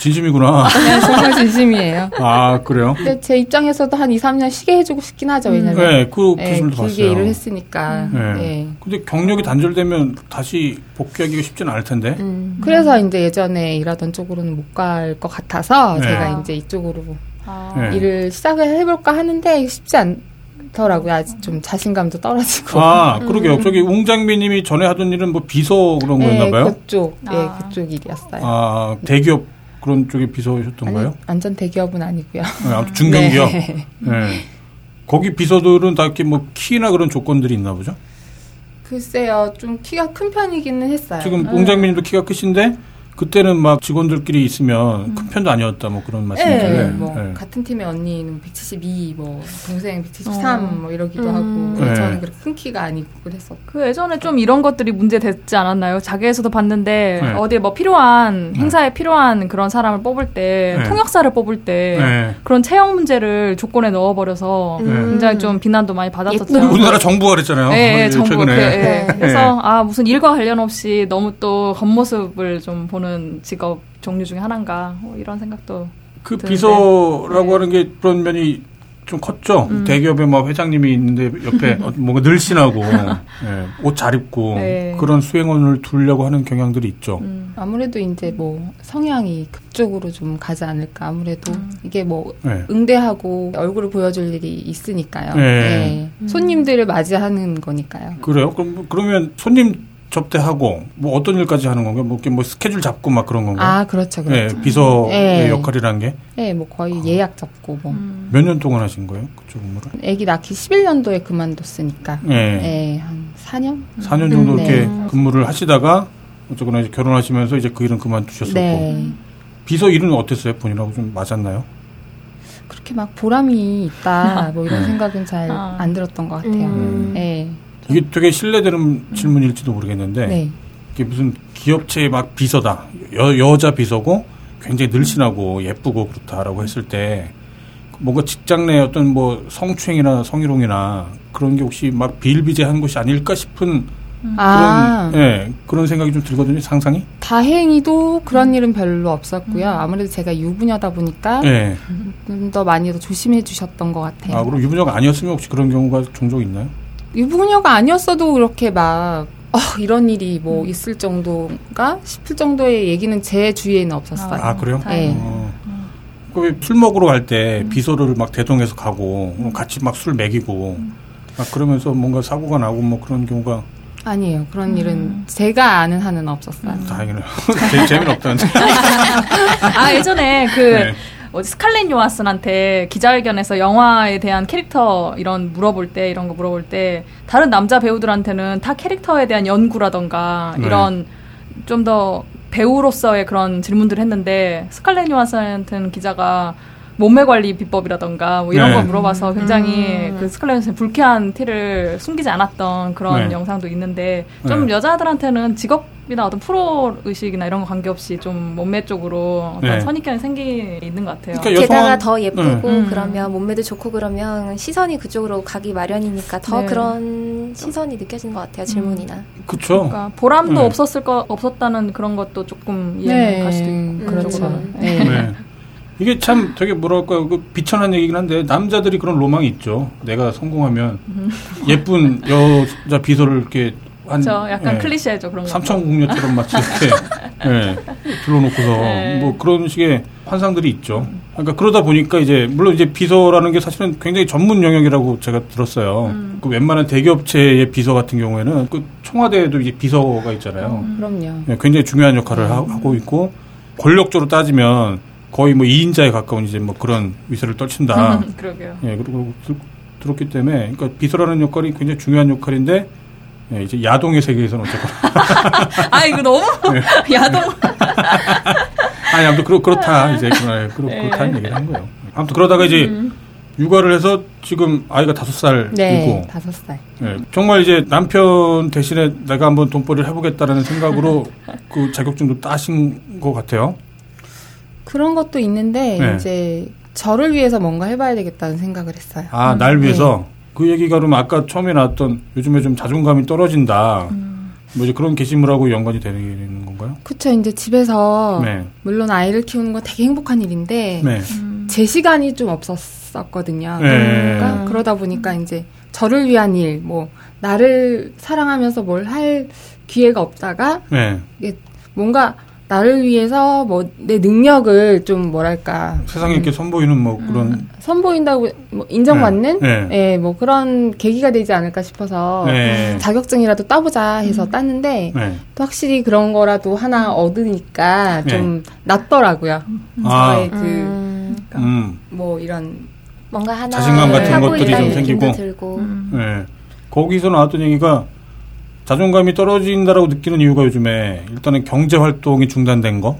B: 진심이구나.
D: 그냥 정말 진심이에요.
B: 아, 그래요?
D: 근데 제 입장에서도 한 2, 3년 쉬게 해주고 싶긴 하죠. 왜냐면
B: 네, 그
D: 예,
B: 교수님도
D: 길게
B: 봤어요.
D: 일을 했으니까.
B: 네.
D: 예.
B: 근데 경력이 단절되면 다시 복귀하기가 쉽지는 않을 텐데.
A: 음.
D: 그래서 이제 예전에 일하던 쪽으로는 못 갈 것 같아서
B: 네.
D: 제가
C: 아.
D: 이제 이쪽으로
C: 아.
B: 네.
D: 일을 시작을 해볼까 하는데 쉽지 않더라고요. 아직 좀 자신감도 떨어지고.
B: 아, 그러게요. 저기 웅장미님이 전에 하던 일은 뭐 비서 그런
D: 예,
B: 거였나봐요.
D: 그쪽,
C: 아.
D: 예, 그쪽 일이었어요.
B: 아, 대기업 그런 쪽에 비서셨던
D: 아니,
B: 거예요?
D: 완전 대기업은 아니고요. [LAUGHS]
B: 네, 아무튼 중견기업. 네.
D: 네.
B: 거기 비서들은 다 이렇게 뭐 키나 그런 조건들이 있나 보죠?
D: 글쎄요, 좀 키가 큰 편이기는 했어요.
B: 지금 웅장미님도 키가 크신데 그때는 막 직원들끼리 있으면 큰 편도 아니었다 뭐 그런 말씀이신데.
D: 예,
B: 네.
D: 뭐 같은 팀의 언니는 172, 뭐 동생 173, 뭐 이러기도 하고
B: 네.
D: 저는 그렇게 큰 키가 아니고 그랬었고.
C: 그 예전에 좀 이런 것들이 문제 됐지 않았나요? 자기에서도 봤는데
B: 네.
C: 어디에 뭐 필요한
B: 네.
C: 행사에 필요한 그런 사람을 뽑을 때
B: 네.
C: 통역사를 뽑을 때
B: 네.
C: 그런 채용 문제를 조건에 넣어버려서
A: 음.
C: 굉장히 좀 비난도 많이
B: 그
C: 받았었죠.
B: 우리나라 정부가 그랬잖아요. 어,
C: 예, 예, 정부
B: 최근에.
C: 그, 예,
A: 네.
C: 예. 그래서 아 무슨 일과 관련 없이 너무 또 겉모습을 좀 보는 직업 종류 중에 하나인가 뭐 이런 생각도
B: 그
C: 네.
B: 비서라고
C: 네.
B: 하는 게 그런 면이 좀 컸죠.
C: 음.
B: 대기업에 막 회장님이 있는데
D: 음.
B: 옆에 어, 뭔가
D: [LAUGHS]
B: 늘씬하고 예, 옷 잘 입고
C: 네.
B: 그런 수행원을 두려고 하는 경향들이 있죠.
C: 음,
D: 아무래도 이제 뭐 성향이 극적으로 좀 가지 않을까. 아무래도 이게 뭐
B: 네.
D: 응대하고 얼굴을 보여줄 일이 있으니까요.
B: 네.
D: 네. 손님들을 맞이하는 거니까요.
B: 그래요? 그럼 그러면 손님 접대하고 뭐 어떤 일까지 하는 건가요? 뭐, 이렇게 뭐 스케줄 잡고 막 그런 건가요?
D: 아 그렇죠,
B: 네,
D: 그렇죠.
B: 비서의
D: 네.
B: 역할이라는
D: 네, 뭐 거의 예약 잡고 뭐
C: 음.
B: 게 몇 년 동안 하신 거예요? 그쪽 업무를?
D: 아기 낳기 11년도에 그만뒀으니까.
B: 네.
D: 네, 한 4년?
B: 사 년 정도
D: 음, 네.
B: 이렇게 근무를 하시다가 어쨌거나 이제 결혼하시면서 이제 그 일은 그만두셨었고 음.
D: 네.
B: 비서 일은 어땠어요? 본인하고 좀 맞았나요?
D: 그렇게 막 보람이 있다, 뭐
B: 네.
D: 이런 생각은 잘
C: 아.
D: 안 들었던 것 같아요.
A: 음.
D: 네.
B: 이게 되게 신뢰되는 질문일지도 모르겠는데
D: 네.
B: 이게 무슨 기업체의 막 비서다 여, 여자 비서고 굉장히 늘씬하고 예쁘고 그렇다라고 했을 때 뭔가 직장 내 어떤 뭐 성추행이나 성희롱이나 그런 게 혹시 막 비일비재한 것이 아닐까 싶은
D: 아,
B: 그런 예 그런 생각이 좀 들거든요 상상이
D: 다행히도 그런 일은 별로 없었고요. 아무래도 제가 유부녀다 보니까
B: 예 아
D: 좀 더 많이 더 조심해 주셨던 것 같아요.
B: 그럼 유부녀가 아니었으면 혹시 그런 경우가 종종 있나요?
D: 유부녀가 아니었어도 이렇게 막 어, 이런 일이 뭐 있을 정도가 싶을 정도의 얘기는 제 주위에는 없었어요.
B: 아
C: 음.
B: 그래요?
D: 네.
B: 어. 그술 먹으러 갈 때 비서를 막 대동해서 가고 같이 막 술 먹이고 막 그러면서 뭔가 사고가 나고 뭐 그런 경우가
D: 아니에요. 그런 일은 제가 아는 한은 없었어요.
B: 다행이네요. [LAUGHS] 제, 재미는
C: [LAUGHS]
B: 없다는데.
C: 아 예전에 그
B: 네.
C: 어디 스칼렛 요하슨한테 기자회견에서 영화에 대한 캐릭터 이런 물어볼 때 이런 거 물어볼 때 다른 남자 배우들한테는 다 캐릭터에 대한 연구라던가
B: 네.
C: 이런 좀 더 배우로서의 그런 질문들을 했는데 스칼렛 요하슨한테는 기자가 몸매 관리 비법이라던가 뭐 이런
B: 네.
C: 거 물어봐서 굉장히 그 스칼렛 요하슨의 불쾌한 티를 숨기지 않았던 그런
B: 네.
C: 영상도 있는데 좀
B: 네.
C: 여자들한테는 직업이나 어떤 프로 의식이나 이런 거 관계없이 좀 몸매 쪽으로 어떤
B: 네.
C: 선입견이 생긴 게 있는 것 같아요.
B: 그러니까
A: 게다가
B: 여성-
A: 더 예쁘고
C: 네.
A: 그러면 몸매도 좋고 그러면 시선이 그쪽으로 가기 마련이니까 더
C: 네.
A: 그런 시선이 느껴지는 것 같아요 질문이나
B: 그쵸.
C: 그러니까 보람도
B: 네.
C: 없었을 거 없었다는 그런 것도 조금 이해가 갈 수도 있고.
D: 음, 그렇죠.
A: 음.
D: 네.
B: 네. 이게 참 되게 뭐랄까, 그 비천한 얘기긴 한데, 남자들이 그런 로망이 있죠. 내가 성공하면 예쁜 여자 비서를 이렇게 한.
C: 저 약간
B: 예,
C: 클리셰죠 그런 거.
B: 삼천 궁녀처럼 마치 이렇게 예, 둘러놓고서
C: 네.
B: 뭐 그런 식의 환상들이 있죠. 그러니까 그러다 보니까 이제 물론 이제 비서라는 게 사실은 굉장히 전문 영역이라고 제가 들었어요. 그 웬만한 대기업체의 비서 같은 경우에는 그 청와대에도 이제 비서가
D: 음.
B: 있잖아요.
D: 그럼요.
B: 예, 굉장히 중요한 역할을 하- 하고 있고 권력적으로 따지면 거의 뭐 2인자에 가까운 이제 뭐 그런 위세를 떨친다.
C: [LAUGHS] 그러게요.
B: 예, 그리고 들- 들었기 때문에 그러니까 비서라는 역할이 굉장히 중요한 역할인데 예, 이제 야동의 세계에서는 어쨌거나
C: 아 이거 너무
B: 네.
C: [LAUGHS] 야동.
B: 아니 아무튼 그렇, 그렇다 이제 아, 그날 그렇,
C: 네. 음.
B: 그렇다는 얘기를 한 거예요. 아무튼 그러다가 이제 육아를 해서 지금 아이가 다섯 살이고
D: 네, 다섯 살.
B: 예, 정말 이제 남편 대신에 내가 한번 돈벌이를 해보겠다라는 생각으로 그 자격증도 따신 것 같아요.
D: 그런 것도 있는데
B: 네.
D: 이제 저를 위해서 뭔가 해봐야 되겠다는 생각을 했어요.
B: 아 날 위해서 그 얘기가 그럼 아까 처음에 나왔던 요즘에 좀 자존감이 떨어진다. 뭐 이제 그런 게시물하고 연관이 되는 건가요?
D: 그쵸, 이제 집에서
B: 네.
D: 물론 아이를 키우는 건 되게 행복한 일인데
B: 네.
D: 제 시간이 좀 없었었거든요.
B: 네.
D: 그러니까 그러다 보니까 이제 저를 위한 일, 뭐 나를 사랑하면서 뭘 할 기회가 없다가
B: 네.
D: 이게 뭔가 나를 위해서 뭐 내 능력을 좀 뭐랄까
B: 세상에 이렇게 선보이는 뭐 그런
D: 선보인다고 뭐 인정받는
B: 네. 네.
D: 예, 뭐 그런 계기가 되지 않을까 싶어서
B: 네.
D: 자격증이라도 따보자 해서 땄는데
B: 네.
D: 또 확실히 그런 거라도 하나 얻으니까 좀 낫더라고요. 저의
A: 음,
B: 아, 음.
D: 그 뭐 이런
A: 뭔가 하나
B: 자신감
A: 하고
B: 같은
A: 있다는
B: 것들이
C: 좀
A: 느낌도
B: 생기고.
A: 들고
B: 예. 거기서 나왔던 얘기가 자존감이 떨어진다라고 느끼는 이유가 요즘에 일단은 경제 활동이 중단된 거.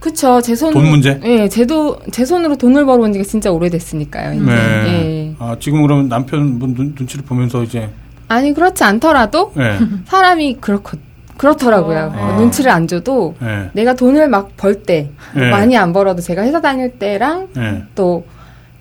D: 그쵸. 제 손.
B: 돈 문제?
D: 예, 제도, 제 손으로 돈을 벌어온 지가 진짜 오래됐으니까요.
A: 음.
D: 이제. 예.
B: 아, 지금 그럼 남편분 눈, 눈치를 보면서 이제
D: 아니, 그렇지 않더라도
B: 예.
D: 사람이 그렇고, 그렇더라고요.
B: 아.
D: 눈치를 안 줘도
B: 예.
D: 내가 돈을 막 벌 때,
B: 예.
D: 많이 안 벌어도 제가 회사 다닐 때랑
B: 예.
D: 또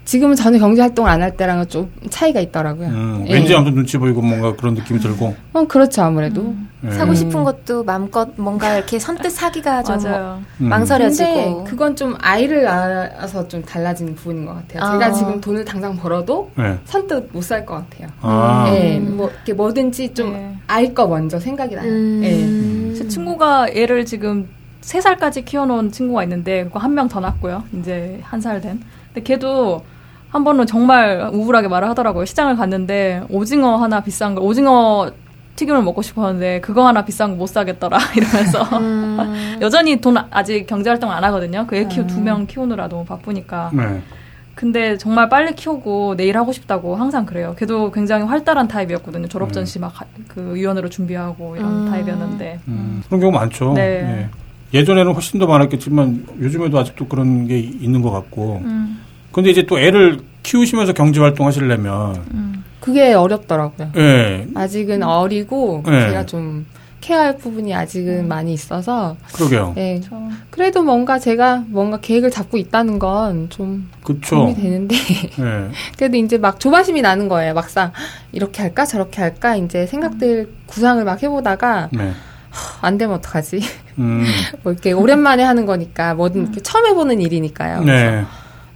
D: 지금은 전혀 경제 활동을 안 할 때랑은 좀 차이가 있더라고요.
B: 음,
D: 예.
B: 왠지 아무튼 눈치 보이고 뭔가 그런 느낌이 들고.
D: 어, 그렇죠. 아무래도.
B: 예.
A: 사고
D: 음.
A: 싶은 것도 마음껏 뭔가 이렇게 선뜻 사기가 좀
C: 맞아요.
B: 음.
A: 망설여지고.
D: 근데 그건 좀 아이를 낳아서 좀 달라진 부분인 것 같아요.
A: 아.
D: 제가 지금 돈을 당장 벌어도
B: 예.
D: 선뜻 못 살 것 같아요.
B: 아.
A: 음.
D: 예, 뭐 이렇게 뭐든지 좀
C: 네.
D: 알 거 먼저 생각이 나요. 예.
A: 음.
C: 제 친구가 얘를 지금 세 살까지 키워놓은 친구가 있는데 그거 한 명 더 낳았고요. 이제 한 살 된. 근데 걔도 한 번은 정말 우울하게 말을 하더라고요. 시장을 갔는데 오징어 하나 비싼 거 오징어 튀김을 먹고 싶었는데 그거 하나 비싼 거 못 사겠더라 [LAUGHS] 이러면서
A: 음.
C: 여전히 돈 아- 아직 경제 활동 안 하거든요. 그 애 키우 두 명 키우느라 너무 바쁘니까.
B: 예.
C: 근데 정말 빨리 키우고 내일 하고 싶다고 항상 그래요. 걔도 굉장히 활달한 타입이었거든요.
B: 음.
C: 졸업 전시 막 그 위원으로 준비하고 이런
A: 음.
C: 타입이었는데
B: 음, 그런 경우 많죠.
C: 네.
B: 예. 예전에는 훨씬 더 많았겠지만 요즘에도 아직도 그런 게 있는 것 같고.
C: 음,
B: 근데 이제 또 애를 키우시면서 경제 활동 하시려면
C: 음.
D: 그게 어렵더라고요.
B: 예.
D: 아직은 어리고
B: 네.
D: 제가 좀 케어할 부분이 아직은 많이 있어서
B: 그러게요.
D: 예.
C: 저-
D: 그래도 뭔가 제가 뭔가 계획을 잡고 있다는 건 좀
A: 예.
D: 도움이
B: 그쵸.
D: 되는데 [LAUGHS]
B: 예.
D: 그래도 이제 막 조바심이 나는 거예요. 막상 이렇게 할까 저렇게 할까 이제 생각들 구상을 막 해보다가
B: 네.
D: 안 되면 어떡하지? [LAUGHS]
B: 음.
D: 뭐 이렇게 오랜만에 하는 거니까 뭐든 이렇게 처음 해보는 일이니까요. 그래서
B: 네.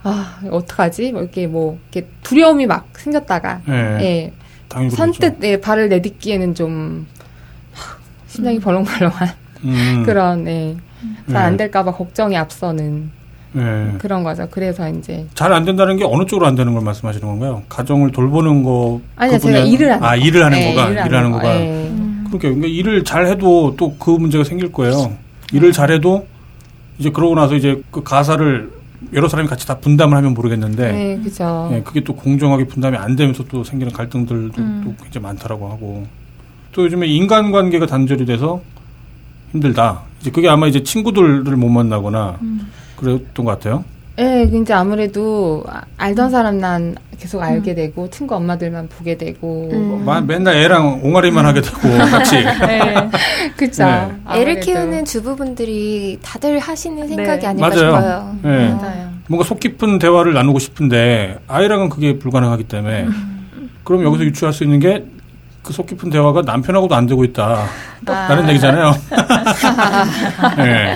D: 아 이거 어떡하지? 뭐 이렇게 뭐 이렇게 두려움이 막 생겼다가
B: 예.
D: 예,
B: 당연히 그렇죠.
D: 선뜻 예, 발을 내딛기에는 좀 하, 심장이 벌렁벌렁한
B: 음.
D: 그런 예, 잘안
B: 예.
D: 될까봐 걱정이 앞서는
B: 예.
D: 그런 거죠. 그래서 이제
B: 잘 안 된다는 게 어느 쪽으로 안 되는 걸 말씀하시는 건가요? 가정을 돌보는 거.
D: 아니요,
B: 그분야-
D: 제가 일을 하는
B: 아, 일을 하는
D: 예,
B: 거가. 일을 하는
D: 거.
B: 거가.
D: 예.
B: 그렇게 그러니까 일을 잘 해도 또 그 문제가 생길 거예요. 일을 잘 해도 이제 그러고 나서 이제 그 가사를 여러 사람이 같이 다 분담을 하면 모르겠는데
D: 네, 그죠.
B: 예, 그게 또 공정하게 분담이 안 되면서 또 생기는 갈등들도
C: 음.
B: 또 굉장히 많다라고 하고 또 요즘에 인간관계가 단절이 돼서 힘들다. 이제 그게 아마 이제 친구들을 못 만나거나
C: 음.
B: 그랬던 것 같아요.
D: 예, 근데 아무래도 아- 알던 사람 난 계속 알게 되고 친구 엄마들만 보게 되고
A: 음.
B: 마- 맨날 애랑 옹알이만
D: 음.
B: 하게 되고 같이
C: 네.
D: [LAUGHS] 그죠.
B: 네.
A: 애를
D: 아무래도.
A: 키우는 주부분들이 다들 하시는 생각이
C: 네.
A: 아닐까
B: 맞아요.
A: 싶어요.
B: 예.
A: 음.
D: 맞아요.
B: 뭔가 속 깊은 대화를 나누고 싶은데 아이랑은 그게 불가능하기 때문에
D: 음.
B: 그럼 여기서 유추할 수 있는 게 그 속 깊은 대화가 남편하고도 안 되고 있다. 라는 얘기잖아요. [LAUGHS] 네.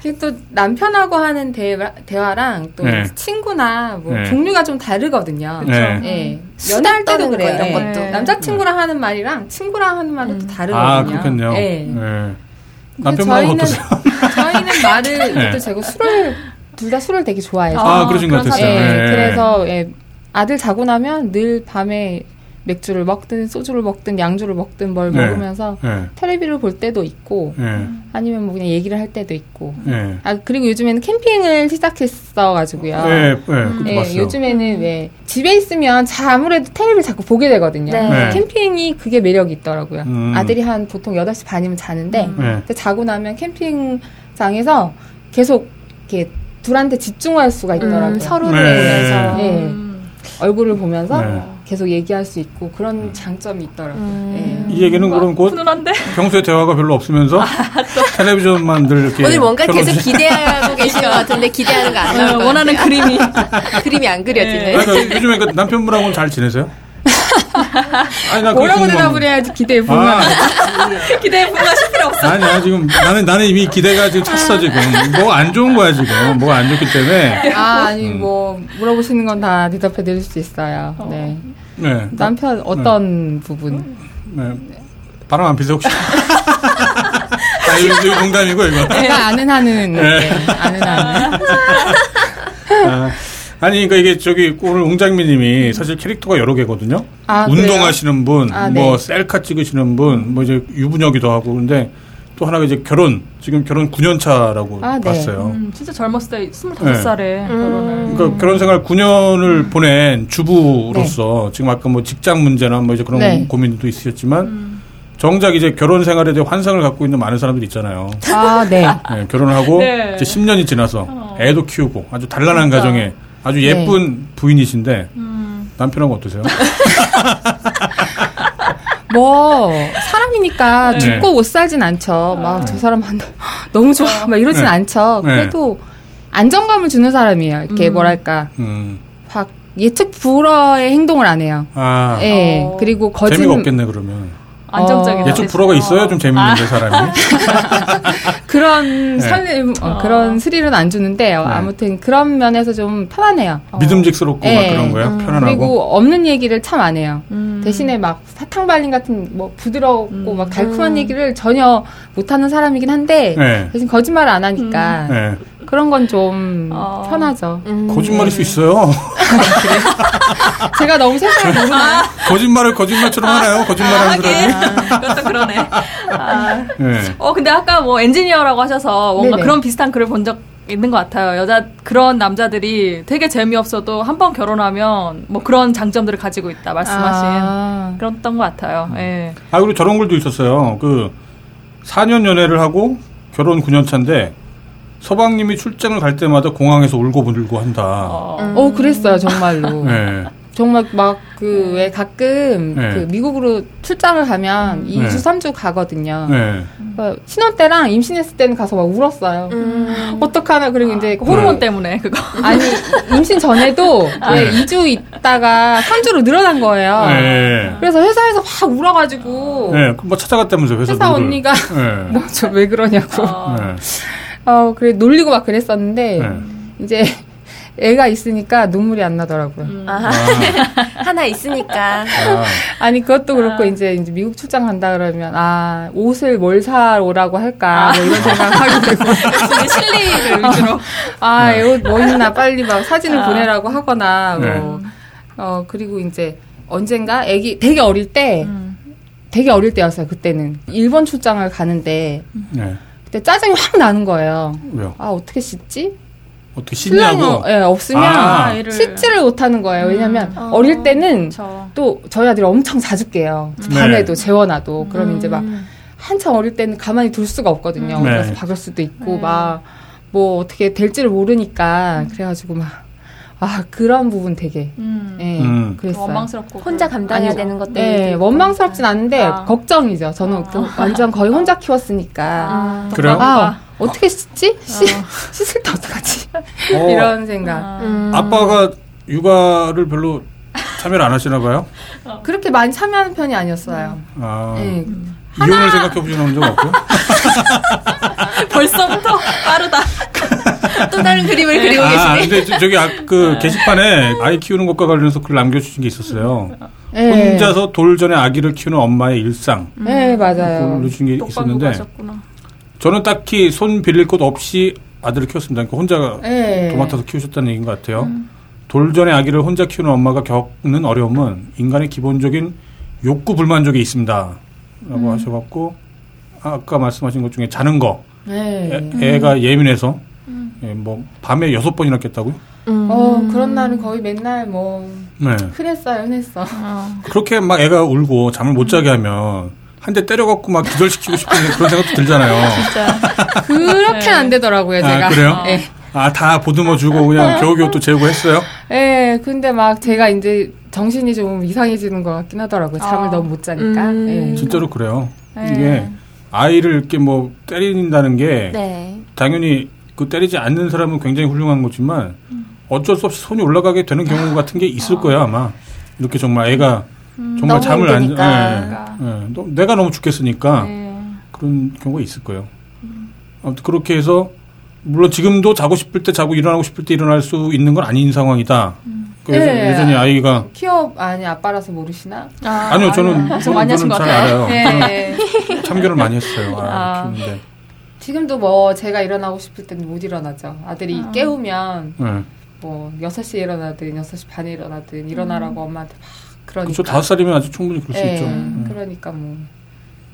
D: 이게 또 남편하고 하는 대화, 대화랑 또
B: 네.
D: 친구나 뭐
B: 네.
D: 종류가 좀 다르거든요.
B: 그쵸. 네.
D: 예.
A: 음. 수다
D: 연애할 때도
A: 떠는 거
D: 그래요.
A: 이런
D: 예.
A: 것도. 음.
D: 남자친구랑 하는 말이랑 친구랑 하는 말은 또 [LAUGHS] 다르거든요.
B: 아, 그렇겠네요.
D: 예.
B: 네.
D: 근데
B: 남편분하고
D: 저희는-
B: 어떠세요?
D: [LAUGHS] 저희는 말을
B: 네.
D: 또 제가 술을 둘 다 술을 되게 좋아해서
B: 아, 그러신 것
C: 그런
B: 같았어요.
D: 예,
B: 네.
D: 그래서 예, 아들 자고 나면 늘 밤에 맥주를 먹든 소주를 먹든 양주를 먹든 뭘
B: 네.
D: 먹으면서
B: 네.
D: 텔레비를 볼 때도 있고
B: 네.
D: 아니면 뭐 그냥 얘기를 할 때도 있고
B: 네.
D: 아 그리고 요즘에는 캠핑을 시작했어 가지고요.
B: 네. 네. 그것도 봤어요.
D: 음, 예, 요즘에는 왜 집에 있으면 자 아무래도 텔레비를 자꾸 보게 되거든요.
A: 네.
B: 네.
D: 캠핑이 그게 매력이 있더라고요.
B: 음.
D: 아들이 한 보통 8시 반이면 자는데
C: 음.
B: 네.
D: 근데 자고 나면 캠핑장에서 계속 이렇게 둘한테 집중할 수가 있더라고요.
A: 음, 서로를
B: 네.
A: 보면서.
D: 네.
C: 음.
D: 얼굴을 보면서
B: 네. 음.
D: 계속 얘기할 수 있고 그런 장점이 있더라고요. 네.
A: 음.
B: 이 얘기는 그럼 곧
C: 훈훈한데?
B: 평소에 대화가 별로 없으면서
D: 아,
B: 텔레비전만 늘 이렇게
A: 오늘 뭔가
B: 켜놓으시-
A: 계속 [LAUGHS] 기대하고 계시는 것 같은데 기대하는 거 안 나올 것
C: 원하는 그림이.
A: 같아요. [LAUGHS] 그림이 안
B: 아니,
A: 그려지네.
B: 그러니까 요즘에 그 남편분하고는 잘 지내세요?
D: [LAUGHS]
B: 아니, 나 그게
D: 뭐라고
B: 궁금한
D: 대답을
B: 거야.
D: 해야지 기대해 보면
B: 아,
C: 기대해 보나 싶
B: 아니, 아 지금 나는 나는 이미 기대가 지금 찼어 지금 뭐가 안 좋은 거야 지금 뭐가 안 좋기 때문에
D: [LAUGHS] 아, 아니
B: 음.
D: 뭐 물어보시는 건 다 대답해 드릴 수 있어요. 네.
B: 네,
D: 남편
B: 음.
D: 어떤 부분?
B: 네. 바람 안 피세요 혹시? [LAUGHS] 아, 이거, 이거 농담이고 이거.
D: 제가 네, 아는 한은 네. 아는 한은
B: 아, 아니 그러니까 이게 저기 오늘 옹장미님이 사실 캐릭터가 여러 개거든요.
D: 아, 그래요?
B: 운동하시는 분,
D: 아,
B: 뭐
D: 네.
B: 셀카 찍으시는 분, 뭐 이제 유부녀기도 하고 근데 또 하나가 이제 결혼 지금 결혼 9년 차라고
D: 아, 네.
B: 봤어요.
C: 음, 진짜 젊었을 때
B: 네.
C: 25살에
D: 음.
C: 결혼을.
D: 어.
B: 그러니까 결혼 생활 9년을 보낸 주부로서 지금 아까 뭐 직장 문제나 뭐 이제 그런
D: 네. 음.
B: 고민도 있으셨지만 정작 이제 결혼 생활에 대해 환상을 갖고 있는 많은 사람들이 있잖아요.
D: 아, 네.
B: 예, 결혼을 하고
C: 네.
B: 이제 10년이 지나서
C: 어.
B: 애도 키우고 아주 단란한
C: 진짜.
B: 가정에 아주
D: 네.
B: 예쁜 부인이신데
C: 음.
B: 남편하고 어떠세요?
D: 뭐 사람이니까
B: 네.
D: 죽고 못 살진 않죠. 막 저 사람 한- 너무 좋아 막 이러진
B: 네.
D: 않죠.
B: 네.
D: 그래도 안정감을 주는 사람이에요. 이렇게 뭐랄까
B: 음.
D: 확 예측 불허의 행동을 안 해요.
B: 아
D: 예.
C: 어.
D: 그리고 거짓
B: 재미가 없겠네 그러면.
C: 안정적인
D: 어.
B: 예측 불허가 있어야 좀
C: 아.
B: 재밌는데
C: [LAUGHS]
B: 사람이.
D: 그런
B: 네.
D: 설렘 어,
C: 어.
D: 그런 스릴은 안 주는데 요 아무튼 그런 면에서 좀 편안해요.
B: 믿음직스럽고 막
D: 네.
B: 그런 거예요.
C: 어. 음.
B: 편안하고.
D: 그리고 없는 얘기를 참 안 해요.
C: 음.
D: 대신에 막 사탕 발림 같은 뭐 부드럽고
C: 음.
D: 막 달콤한
A: 음.
D: 얘기를 전혀 못하는 사람이긴 한데
B: 네.
D: 대신 거짓말을 안 하니까
B: 네.
D: 그런 건 좀
C: 음. 어.
D: 편하죠.
A: 음.
B: 거짓말일 수 있어요. [LAUGHS]
D: 아. 제가 너무 세상을
C: 아.
D: 모르나? 아.
B: 거짓말을 거짓말처럼 하나요? 거짓말하는
C: 하긴.
B: 사람이.
D: [LAUGHS]
C: 그것도 그러네. 아.
B: 네.
C: 어, 근데 아까 뭐 엔지니어라고 하셔서 뭔가
D: 네네.
C: 그런 비슷한 글을 본 적 있는 것 같아요. 여자, 그런 남자들이 되게 재미없어도 한 번 결혼하면 뭐 그런 장점들을 가지고 있다 말씀하신.
D: 아.
C: 그랬던 것 같아요. 예.
B: 아 그리고 저런 글도 있었어요. 그 4년 연애를 하고 결혼 9년 차인데 서방님이 출장을 갈 때마다 공항에서 울고 불고 한다.
C: 어.
A: 음.
D: 어 그랬어요 정말로.
B: 네.
D: 정말 막 그 왜 가끔
B: 네.
D: 그 미국으로 출장을
C: 음.
D: 가면 이
B: 네.
D: 2주 삼 3주 가거든요.
B: 네.
D: 그러니까 신혼 때랑 임신했을 때는 가서 막 울었어요.
A: 음.
D: 어떡하나 그리고 이제
C: 그 호르몬
B: 네.
C: 때문에 그거.
D: 아니 임신 전에도 왜
B: 네.
D: 2주 있다가 3주로 늘어난 거예요.
B: 네.
D: 그래서 회사에서 막 울어가지고
B: 네. 그뭐 찾아갔다면서 회사
D: 회사
B: 룰을.
D: 언니가
B: 네.
D: [LAUGHS] 뭐 저 왜 그러냐고
C: 어.
B: 네.
D: 어 그래 놀리고 막 그랬었는데
B: 네.
D: 이제 애가 있으니까 눈물이 안 나더라고요.
C: 음.
A: 아, [LAUGHS] 하나 있으니까.
B: 아,
D: 아니 그것도 그렇고
C: 아.
D: 이제 이제 미국 출장 간다 그러면 아 옷을 뭘 사오라고 할까 뭐 이런 생각하게 되고
C: 되게 [LAUGHS] 실리를 위주로.
D: 아이 옷 뭐 있나 빨리 막 사진을
C: 아.
D: 보내라고 하거나 뭐
B: 네.
D: 어 그리고 이제 언젠가 애기 되게 어릴 때
C: 음.
D: 되게 어릴 때였어요 그때는 일본 출장을 가는데
B: 네.
D: 그때 짜증이 확 나는 거예요
B: 왜요?
D: 아 어떻게 씻지
B: 어떻게
D: 신랑이
B: 씻냐고?
D: 예, 없으면
B: 아.
C: 얘를.
D: 씻지를 못하는 거예요 왜냐면
A: 음.
D: 어릴 때는
C: 그쵸.
D: 또 저희 아들이 엄청 자주 깨요
B: 네.
D: 밤에도 재워놔도 그럼 이제 막
A: 음.
D: 한참 어릴 때는 가만히 둘 수가 없거든요.
B: 음.
D: 그래서
B: 네.
D: 박을 수도 있고
C: 네.
D: 막 뭐 어떻게 될지를 모르니까 그래가지고 막 아 그런 부분 되게
C: 음.
D: 예
B: 음.
D: 그랬어요.
C: 원망스럽고.
A: 혼자 감당해야
D: 아니죠.
A: 되는 것들.
D: 네 원망스럽진 않은데
C: 아.
D: 걱정이죠. 저는
C: 아.
D: 그 완전 거의 혼자 키웠으니까
C: 아,
B: 그래요?
D: 아,
C: 아,
D: 어떻게 씻지? 씻 씻을 때 어떡하지?
B: 어,
D: 이런 생각.
A: 음.
B: 아빠가 육아를 별로 참여를 안 하시나 봐요?
C: 아.
D: 그렇게 많이 참여하는 편이 아니었어요.
B: 아,
D: 예.
C: 음.
B: 이혼을 생각해 보시는 적 없고요?
C: [LAUGHS] 벌써부터
B: [LAUGHS]
C: 빠르다.
A: 또 다른 그림을 그리고
B: 아,
A: 계시네.
B: 근데 저- 저기 아, 그 게시판에 아이 키우는 것과 관련해서 글 남겨주신 게 있었어요.
D: 예.
B: 혼자서 돌 전에 아기를 키우는 엄마의 일상.
D: 예 맞아요.
B: 그걸 주신 게
C: 독방구
B: 있었는데
C: 가셨구나.
B: 저는 딱히 손 빌릴 곳 없이 아들을 키웠습니다. 그러니까 혼자
D: 예.
B: 도맡아서 키우셨다는 얘기인 것 같아요. 돌 전에 아기를 혼자 키우는 엄마가 겪는 어려움은 인간의 기본적인 욕구 불만족이 있습니다. 라고
D: 음.
B: 하셔갖고 아까 말씀하신 것 중에 자는 거
D: 예.
B: 애, 가 예민해서
D: 음.
B: 예, 뭐 밤에 여섯 번이나 깼다고요?
A: 음.
D: 어 그런 날은 거의 맨날 뭐
B: 네.
D: 흔했어요, 흔했어.
B: 그렇게 막 애가 울고 잠을 못
D: 음.
B: 자게 하면 한 대 때려갖고 막 기절시키고 싶은 그런 생각도
D: [LAUGHS]
B: 들잖아요.
C: 진짜.
D: [LAUGHS] 그렇게는
C: 네.
D: 안 되더라고요,
B: 아,
D: 제가.
B: 그래요?
D: 예.
B: 아 다 보듬어 주고 그냥 겨우겨우 또 재우고 했어요.
D: 예, 근데 막 제가 이제 정신이 좀 이상해지는 것 같긴 하더라고요. 잠을
C: 아.
D: 너무 못 자니까.
A: 음.
D: 예.
B: 진짜로 그래요.
C: 네.
B: 이게 아이를 이렇게 뭐 때린다는 게
A: 네.
B: 당연히 그 때리지 않는 사람은 굉장히 훌륭한 거지만
C: 음.
B: 어쩔 수 없이 손이 올라가게 되는 경우 같은 게 있을 거야 아마. 이렇게 정말 애가 정말
C: 음,
A: 너무
B: 잠을 안
A: 힘드니까.
B: 예, 예. 너- 내가 너무 죽겠으니까
C: 네. 음.
B: 그런 경우가 있을 거예요. 아무튼 그렇게 해서 물론 지금도 자고 싶을 때 자고 일어나고 싶을 때 일어날 수 있는 건 아닌 상황이다.
C: 음.
B: 그래서
D: 예.
B: 여전히 아이가
D: 키워, 아니, 아빠라서 모르시나?
C: 네. 아,
B: 아니요 저는
C: 아니요.
B: 저는
C: 많이 하신 것
B: 잘
C: 같아요. 네.
B: 알아요.
D: 예.
B: 저는 참견을 많이 했어요. 아,
C: 아.
B: 키우는데.
D: [LAUGHS] 지금도 뭐 제가 일어나고 싶을 때는 못 일어나죠. 아들이 깨우면
B: 예.
D: 뭐 6시에 일어나든 6시 반에 일어나든 일어나라고 엄마한테 막 그러니까.
B: 그렇죠. 다섯 살이면 아주 충분히 그럴 수
D: 예,
B: 있죠. 음.
D: 그러니까 뭐.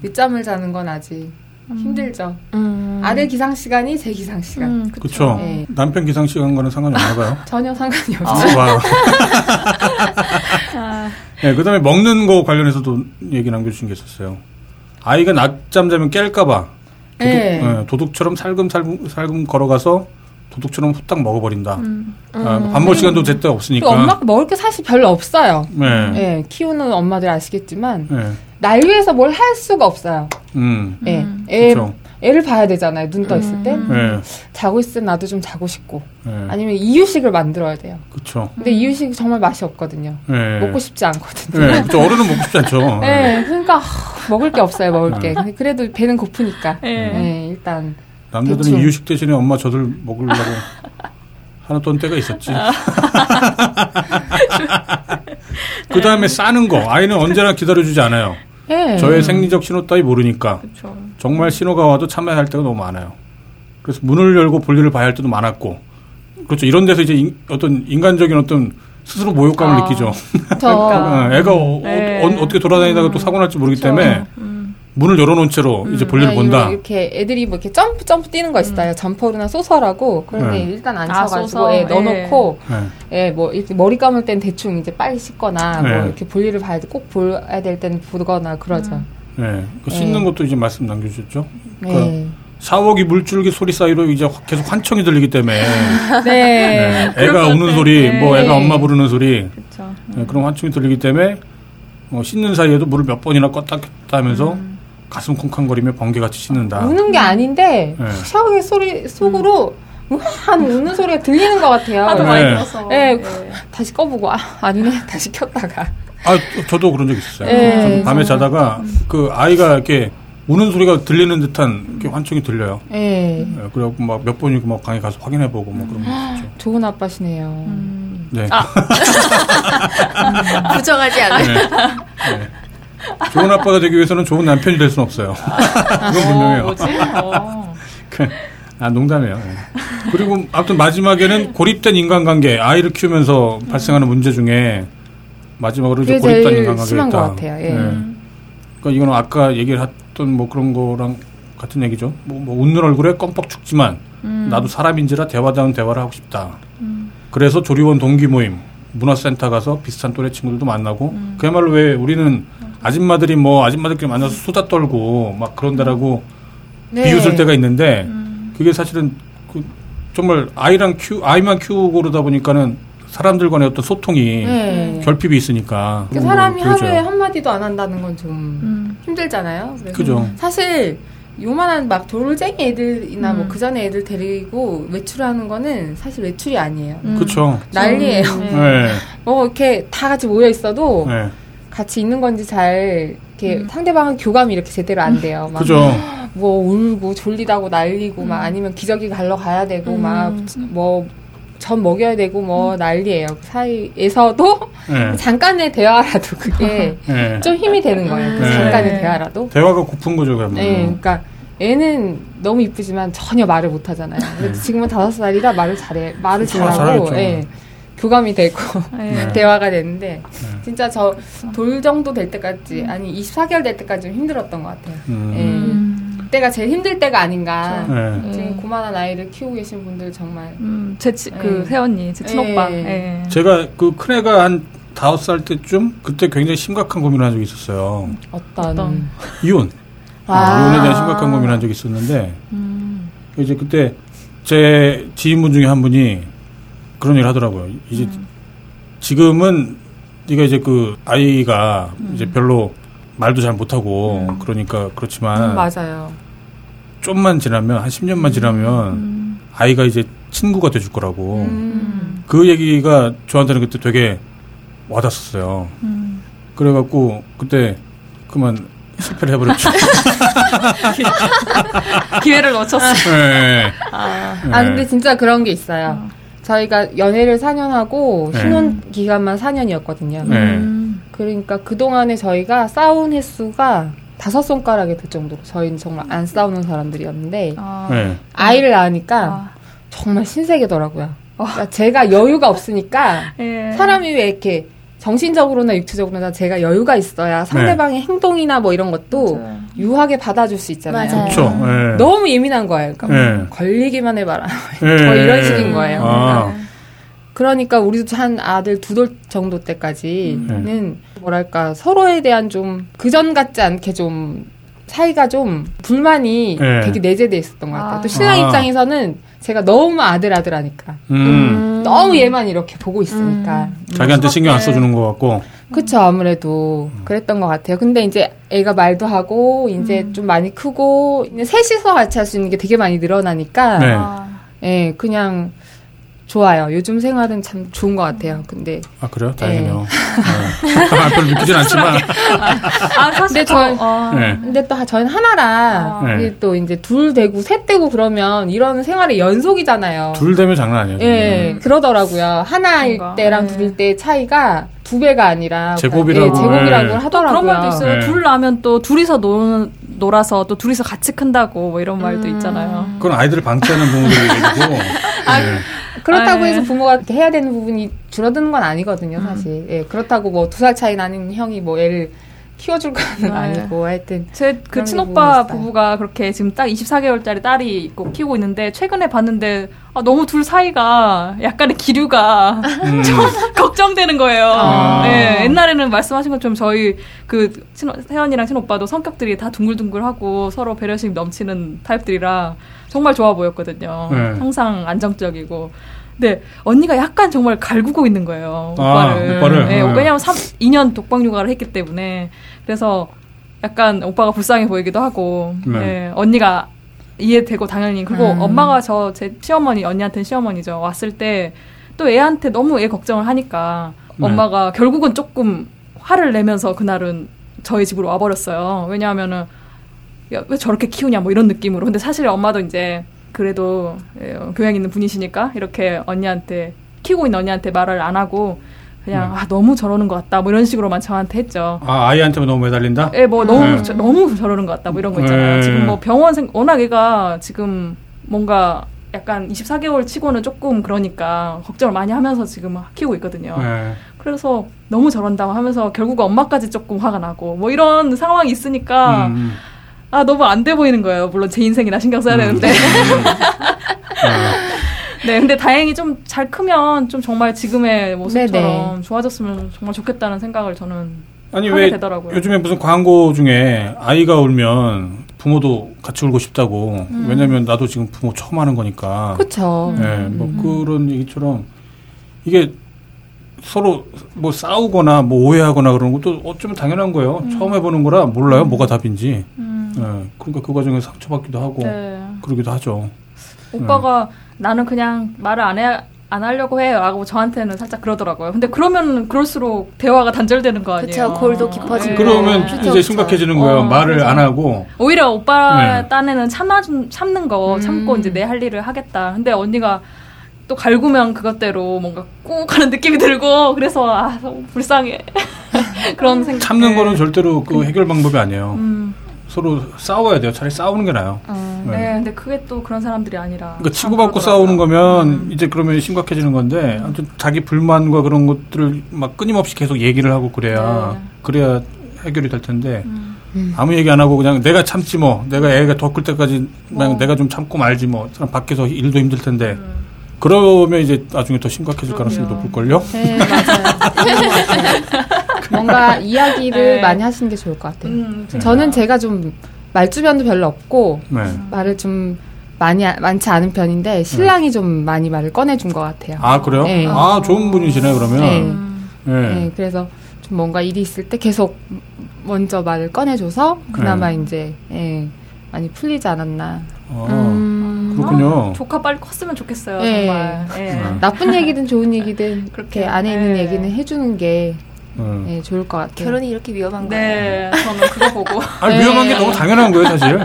D: 늦잠을 자는 건 아직 힘들죠.
A: 음.
D: 아들 기상 시간이 제 기상 시간.
C: 음,
B: 그렇죠.
D: 예. 아.
B: 남편 기상 시간과는 상관이 없나 봐요.
D: 전혀 상관이 없죠.
B: 와우.
D: 아.
B: 예, 그다음에 먹는 거 관련해서도 얘기 남겨주신 게 있었어요. 아이가 낮잠 자면 깰까봐 도둑,
D: 네.
B: 예, 도둑처럼 살금살금 살금 걸어가서 도둑처럼 후딱 먹어버린다. 아, 밥 먹을 시간도 제때
D: 음. 그
B: 없으니까.
D: 엄마가 먹을 게 사실 별로 없어요.
B: 네.
D: 예, 키우는 엄마들 아시겠지만
B: 예.
D: 날 위해서 뭘 할 수가 없어요.
B: 음.
D: 예,
C: 음.
D: 애,
B: 그렇죠.
D: 애를 봐야 되잖아요. 눈 떠 있을 때
B: 예.
D: 자고 있을 때 나도 좀 자고 싶고
B: 예.
D: 음. 아니면 이유식을 만들어야 돼요.
B: 그렇죠.
C: 음.
D: 근데 이유식이 정말 맛이 없거든요.
B: 예.
D: 먹고 싶지 않거든요.
B: 예. 그렇죠. 어른은 먹고 싶지 않죠. 예. 아.
D: 예, 그러니까 하, 먹을 게 없어요. 먹을 게. 근데 그래도 배는 고프니까.
C: 예.
D: 예, 일단
B: 남자들은
D: 대충.
B: 이유식 대신에 엄마 저들 먹으려고 [LAUGHS] 하는 돈 때가
D: [LAUGHS]
B: 있었지. 그 다음에
D: 네.
B: 싸는 거. 아이는 언제나 기다려주지 않아요.
D: 예.
B: 저의 생리적 신호 따위 모르니까.
C: 그렇죠.
B: 정말 신호가 와도 참아야 할 때가 너무 많아요. 그래서 문을 열고 볼일을 봐야 할 때도 많았고. 그렇죠. 이런 데서 이제 인- 어떤 인간적인 어떤 스스로 모욕감을
C: 아.
B: 느끼죠.
D: 저
C: 그러니까.
B: 어, 애가 어,
C: 네.
B: 떻게 돌아다니다가 또 사고 날지 모르기 때문에 음, 문을 열어놓은 채로 이제 볼일을
D: 아,
B: 본다.
D: 이렇게 애들이 뭐 이렇게 점프 점프 뛰는 거 있어요. 점퍼루나 소서라고. 그런데
B: 네.
D: 일단
C: 아,
D: 앉혀가지고
C: 소서.
D: 예, 넣어놓고
B: 네.
D: 예, 뭐 이렇게 머리 감을 땐 대충 이제 빨리 씻거나
B: 네.
D: 뭐 이렇게 볼일을 봐야 돼. 꼭 봐야 될 때는 보거나 그러죠.
B: 네. 그 씻는
D: 네.
B: 것도 이제 말씀 남겨주셨죠.
D: 예.
B: 그러니까 샤워기 물줄기 소리 사이로 이제 확- 계속 환청이 들리기 때문에
D: 네.
B: 네. 애가
C: 그럴
B: 우는
C: 것
B: 소리,
C: 같아.
B: 뭐
D: 네.
B: 애가 엄마 부르는 소리
C: 그렇죠.
B: 네, 그런 환청이 들리기 때문에 어, 씻는 사이에도 물을 몇 번이나 껐다 켰다 하면서
D: 음.
B: 가슴 쿵쾅거리며 번개같이 씻는다.
D: 우는 게 아닌데
B: 아. 네.
D: 샤워기 소리 속으로 우와 하는 우는 소리가 들리는 것 같아요.
C: 하도
B: 네. 그-
C: 많이 들어서.
D: 예.
C: 예.
D: 다시 꺼보고 아 아니네 다시 켰다가
B: 아, 저- 저도 그런 적 있었어요.
D: 네,
B: 저도 밤에
D: 정말.
B: 자다가 그 아이가 이렇게 우는 소리가 들리는 듯한 이렇게 환청이 들려요.
D: 예
B: 예, 그래갖고 막 몇 번이고 막 방에 가서 확인해보고 뭐 그런 거 있었죠.
D: 좋은 아빠시네요.
B: 네.
A: 부정하지 않아요.
B: 네. 네. 좋은 아빠가 되기 위해서는 좋은 남편이 될 수는 없어요. 그건
C: 어,
B: 분명해요.
C: 뭐지? 어.
B: 그, 아, 농담이에요. 예. 그리고 아무튼 마지막에는 고립된 인간관계, 아이를 키우면서 발생하는 문제 중에 마지막으로 이제
D: 그게
B: 고립된
D: 제일
B: 인간관계가
D: 심한
B: 있다.
D: 것 같아요. 예.
B: 그러니까 이거는 아까 얘기를 했던 뭐 그런 거랑 같은 얘기죠. 뭐, 뭐 웃는 얼굴에 껌뻑 죽지만
D: 음.
B: 나도 사람인지라 대화다운 대화를 하고 싶다. 그래서 조리원 동기 모임, 문화센터 가서 비슷한 또래 친구들도 만나고
D: 음.
B: 그야말로 왜 우리는 아줌마들이 뭐 아줌마들끼리 만나서 수다 떨고 막 그런다라고
D: 네. 음.
B: 비웃을 때가 있는데
C: 음,
B: 그게 사실은 그 정말 아이랑 키우 아이만 키우고 그러다 보니까는 사람들 간의 어떤 소통이
D: 네.
B: 예. 결핍이 그렇죠. 있으니까
D: 그
B: 그런
D: 사람이
B: 걸 보여줘요.
D: 하루에 한 마디도 안 한다는 건 좀
C: 음.
D: 힘들잖아요. 그래서
B: 그죠.
D: 사실 요만한 막 돌쟁이 애들이나
C: 음.
D: 뭐 그 전에 애들 데리고 외출하는 거는 사실 외출이 아니에요.
C: 음.
B: 그렇죠.
D: 난리예요.
C: 네.
B: 네.
D: 뭐 이렇게 다 같이 모여 있어도
B: 네.
D: 같이 있는 건지 잘 이렇게
C: 음.
D: 상대방은 교감이 이렇게 제대로 안 돼요. 막
B: 그죠.
D: 뭐 울고 졸리다고 날리고 막 아니면 기저귀 갈러 가야 되고
C: 음.
D: 막 뭐 전 먹여야 되고 뭐 난리예요. 그 사이에서도
B: 예.
D: [LAUGHS] 잠깐의 대화라도
C: [LAUGHS]
D: 그게
B: 예.
D: 좀 힘이 되는 거예요. 그
B: 네.
D: 잠깐의 대화라도.
B: 대화가 고픈 거죠, 그야말로.
D: 네, 그러니까 애는 너무 이쁘지만 전혀 말을 못 하잖아요. 근데 지금은 다섯 살이라 말을 잘해, 말을
B: 그쵸,
D: 음. 잘하고, 네.
B: 잘하겠죠.
D: 예, 교감이 되고
C: 예.
D: [LAUGHS] 대화가 되는데 진짜 저 돌 정도 될 때까지 아니 24개월 될 때까지 좀 힘들었던 것 같아요.
B: 음.
D: 예.
C: 음.
D: 그때가 제일 힘들 때가 아닌가.
B: 예.
C: 예.
D: 지금 고만한 아이를 키우고 계신 분들 정말
C: 음, 제 치, 그
D: 예.
C: 세언니, 제 친오빠. 예.
B: 네. 제가 그 큰애가 한 다섯 살 때쯤 그때 굉장히 심각한 고민을 한 적이 있었어요.
D: 어떤,
C: 어떤.
B: 이혼.
D: 아.
B: 이혼에 대한 심각한 고민을 한 적이 있었는데
C: 음.
B: 이제 그때 제 지인분 중에 한 분이 그런 일을 하더라고요. 이제
D: 음.
B: 지금은 네가 이제 그 아이가
D: 음.
B: 이제 별로 말도 잘 못하고 그러니까 그렇지만
D: 음, 맞아요.
B: 좀만 지나면 한 10년만 지나면
C: 음.
B: 아이가 이제 친구가 돼줄 거라고
D: 음.
B: 그 얘기가 저한테는 그때 되게 와닿았어요.
C: 음.
B: 그래갖고 그때 그만 실패를
D: [LAUGHS]
B: 해버렸죠. 아.
C: 기회를 놓쳤어.
B: 네.
C: 아.
D: 아 근데 진짜 그런 게 있어요.
C: 음.
D: 저희가 연애를 4년 하고
B: 네.
D: 신혼 기간만 4년이었거든요.
B: 네.
C: 음.
D: 그러니까 그동안에 저희가 싸운 횟수가 다섯 손가락에 들 정도로 저희는 정말 안 싸우는 사람들이었는데
C: 아.
B: 네.
D: 아이를 낳으니까
C: 아.
D: 정말 신세계더라고요. 그러니까 제가 여유가 없으니까
C: 예.
B: 네.
D: 사람이 왜 이렇게 정신적으로나 육체적으로나 제가 여유가
B: 네.
D: 있어야 상대방의 행동이나 뭐 이런 것도
C: 맞아요.
D: 유하게 받아줄 수 있잖아요.
A: 맞아요.
B: 그렇죠. 네.
D: 어. 너무 예민한 거예요. 그러니까 뭐
B: 네.
D: 걸리기만 해봐라.
B: 네.
D: 거의 이런 식인 거예요.
B: 아,
D: 그러니까 우리도 한 아들 두 돌 정도 때까지는
B: 음.
D: 그 뭐랄까 서로에 대한 좀 그전 같지 않게 좀 사이가 좀 불만이
B: 네.
D: 되게 내재돼 있었던 것 같아요.
C: 아.
D: 또 신랑
B: 아.
D: 입장에서는 제가 너무 아들 아들 하니까
B: 음.
D: 너무 얘만 이렇게 보고 있으니까
B: 자기한테 신경 안 써주는 것 같고.
D: 그쵸 아무래도 그랬던 것 같아요. 근데 이제 애가 말도 하고 이제 좀 많이 크고 이제 셋이서 같이 할 수 있는 게 되게 많이 늘어나니까
B: 네.
C: 아,
D: 예 그냥 좋아요. 요즘 생활은 참 좋은 것 같아요. 근데
B: 아 그래요? 다행이네요.
D: 예.
B: 네. 아, 별로 믿기진
D: [LAUGHS]
B: 않지만.
C: 아, 사실
D: 근데
C: 저
D: 저는-
C: 어,
B: 네.
D: 근데 또 저희는 하나라
B: 아.
D: 이게 또 이제 둘 되고 셋 되고 그러면 이런 생활의 연속이잖아요.
B: 둘 음. 되면 장난 아니에요.
D: 예, 그러더라고요. 하나일
C: 뭔가,
D: 때랑
C: 예.
D: 둘일 때 차이가 두 배가 아니라
B: 제곱이라고,
D: 예, 제곱이라고
B: 예.
C: 또
D: 하더라고요.
C: 그런 말도
B: 네.
C: 있어요. 둘 나면 또 둘이서 노, 놀아서 또 둘이서 같이 큰다고 뭐 이런
D: 음.
C: 말도 있잖아요.
B: 그건 아이들을 방치하는 부모들이 얘기고.
D: [LAUGHS]
B: 네.
D: 그렇다고
C: 아, 예.
D: 해서 부모가 이렇게 해야 되는 부분이 줄어드는 건
C: 음.
D: 아니거든요, 사실. 예, 그렇다고 뭐 두 살 차이 나는 형이 뭐 애를 키워줄 거는
C: 아, 예.
D: 아니고 하여튼
C: 제 그
D: 그런
C: 친오빠
D: 부분이 있어요.
C: 부부가 그렇게 지금 딱 24개월짜리 딸이 있고 키우고 있는데 최근에 봤는데 아, 너무 둘 사이가
D: [LAUGHS]
C: 약간의 기류가
B: 음.
C: [LAUGHS] 걱정되는 거예요.
B: 아.
C: 예, 옛날에는 말씀하신 것처럼 저희 그 친, 세연이랑 친오빠도 성격들이 다 둥글둥글하고 서로 배려심 넘치는 타입들이라 정말 좋아 보였거든요.
B: 네.
C: 항상 안정적이고. 근데 언니가 약간 정말 갈구고 있는 거예요.
B: 아,
C: 오빠를.
B: 오빠를. 네.
C: 예, 왜냐하면 3, 2년 독방 육아를 했기 때문에 그래서 약간 오빠가 불쌍해 보이기도 하고
B: 네.
C: 예, 언니가 이해되고 당연히 그리고
D: 음.
C: 엄마가 저 제 시어머니 언니한테는 시어머니죠 왔을 때 또 애한테 너무 애 걱정을 하니까
B: 네.
C: 엄마가 결국은 조금 화를 내면서 그날은 저희 집으로 와버렸어요 왜냐하면은 야, 왜 저렇게 키우냐 뭐 이런 느낌으로 근데 사실 엄마도 이제 그래도 예, 교양 있는 분이시니까 이렇게 언니한테 키우고 있는 언니한테 말을 안 하고 그냥 아 너무 저러는 것 같다 뭐 이런 식으로만 저한테 했죠
B: 아 아이한테 너무 매달린다.
C: 예, 뭐 너무
B: 네.
C: 저- 너무 저러는 것 같다. 뭐 이런 거 있잖아요.
B: 네.
C: 지금 뭐 병원 생 워낙 애가 지금 뭔가 약간 24개월 치고는 조금 그러니까 걱정을 많이 하면서 지금 키우고 있거든요.
B: 네.
C: 그래서 너무 저런다고 하면서 결국 엄마까지 조금 화가 나고 뭐 이런 상황이 있으니까
B: 음.
C: 아 너무 안 돼 보이는 거예요. 물론 제 인생이라 신경 써야
B: 음. [LAUGHS]
C: 되는데.
B: 음. 아,
C: 네, 근데 다행히 좀 잘 크면 좀 정말 지금의 모습처럼 좋아졌으면 정말 좋겠다는 생각을 저는
B: 아니
C: 하게
B: 왜
C: 되더라고요.
B: 요즘에 무슨 광고 중에 아이가 울면 부모도 같이 울고 싶다고. 왜냐면 나도 지금 부모 처음 하는 거니까.
D: 음. 그쵸.
C: 음.
B: 예, 뭐 그런 얘기처럼 이게 서로 뭐 싸우거나 뭐 오해하거나 그런 것도 어쩌면 당연한 거예요. 처음 해보는 거라 몰라요 뭐가 답인지.
C: 음.
B: 예, 그러니까 그 과정에 서 상처받기도 하고
C: 네.
B: 그러기도 하죠. 음.
C: 오빠가 나는 그냥 말을 안 해. 안 하려고 해라고 저한테는 살짝 그러더라고요. 근데 그러면 그럴수록 대화가 단절되는 거 아니에요?
A: 그쵸, 골도 깊어지고. 네.
B: 그러면
A: 그쵸,
B: 이제
A: 그쵸.
B: 심각해지는 거예요.
C: 어,
B: 말을
C: 그래서.
B: 안 하고
C: 오히려 오빠
B: 네. 음.
C: 딴에는 참아 참는 거 참고 이제 내 할 일을 하겠다. 근데 언니가 또 갈구면 그것대로 뭔가 꾹 하는 느낌이 들고 그래서 아 너무 불쌍해 [LAUGHS] 그런 생각.
B: 참는 거는 절대로 그 해결 방법이 아니에요.
C: 네. 음,
B: 서로 싸워야 돼요. 차라리 싸우는 게 나아요.
C: 네.
B: 예.
C: 근데 그게 또 그런 사람들이 아니라.
B: 그러니까
C: 참
B: 치고받고
C: 그러더라고요.
B: 싸우는 거면
C: 음.
B: 이제 그러면 심각해지는 건데 아무튼 자기 불만과 그런 것들을 막 끊임없이 계속 얘기를 하고 그래야
C: 네.
B: 그래야 해결이 될 텐데
C: 음.
B: 아무 얘기 안 하고 그냥 내가 참지 뭐 내가 애가 더 클 때까지 그냥
C: 뭐.
B: 내가 좀 참고 말지 뭐 사람 밖에서 일도 힘들 텐데 그러면 이제 나중에 더 심각해질 가능성이
C: 음. 그럼요.
B: 높을걸요
D: 네, 맞아요.
C: [LAUGHS]
D: 그런 것 같아요. 뭔가 이야기를
C: 네.
D: 많이 하시는 게 좋을 것 같아요.
C: 음,
D: 저는 제가 좀 말주변도 별로 없고
B: 네.
D: 말을 좀 많이 아- 많지 않은 편인데 신랑이 좀 많이 말을 꺼내준 것 같아요.
B: 네. 아 그래요
D: 네.
B: 아 좋은 분이시네 그러면
C: 음.
B: 네.
D: 네, 그래서 좀 뭔가 일이 있을 때 계속 먼저 말을 꺼내줘서 그나마 이제 예, 많이 풀리지 않았나.
B: 네. 어,
D: 음,
B: 그렇군요
C: 아, 조카 빨리 컸으면 좋겠어요,
D: 예.
C: 정말. 예.
B: 음.
D: 나쁜 얘기든 좋은 얘기든
C: [LAUGHS] 그렇게,
D: 그렇게 안에 있는
C: 네.
D: 얘기는 해주는 게
B: 음.
D: 예, 좋을 것 같아요.
A: 결혼이 이렇게 위험한 거예요.
C: 네, 저는 그거 보고.
B: 아니,
D: 네.
B: 위험한 게 너무 당연한 거예요,
D: [LAUGHS]
B: 사실.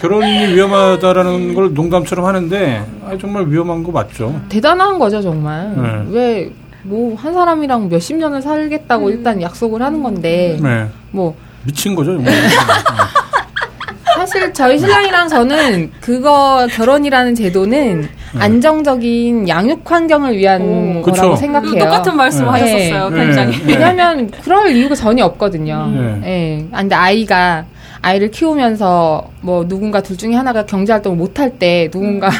B: 결혼이 위험하다라는 걸 농담처럼 하는데, 아 정말 위험한 거 맞죠.
D: 대단한 거죠
B: 네.
D: 정말. 왜 뭐 한 사람이랑 몇십 년을
C: 음.
D: 살겠다고 일단 약속을 하는 건데
B: 네.
D: 뭐
B: 미친 거죠, 정말. 네.
D: 사실 저희 신랑이랑 저는 그거 결혼이라는 제도는 안정적인 양육 환경을 위한
C: 오,
D: 거라고
B: 음. 그쵸.
D: [LAUGHS] 생각해요.
C: 똑같은 말씀
B: 예.
C: 하셨었어요,
B: 예.
C: 굉장히.
B: 예.
D: 왜냐하면 그럴 이유가 전혀 없거든요.
B: 음.
D: 예. 아, 근데 아이가 아이를 키우면서 뭐 누군가 둘 중에 [LAUGHS]
C: 음.
D: 하나가 경제 활동을 못 할 때 누군가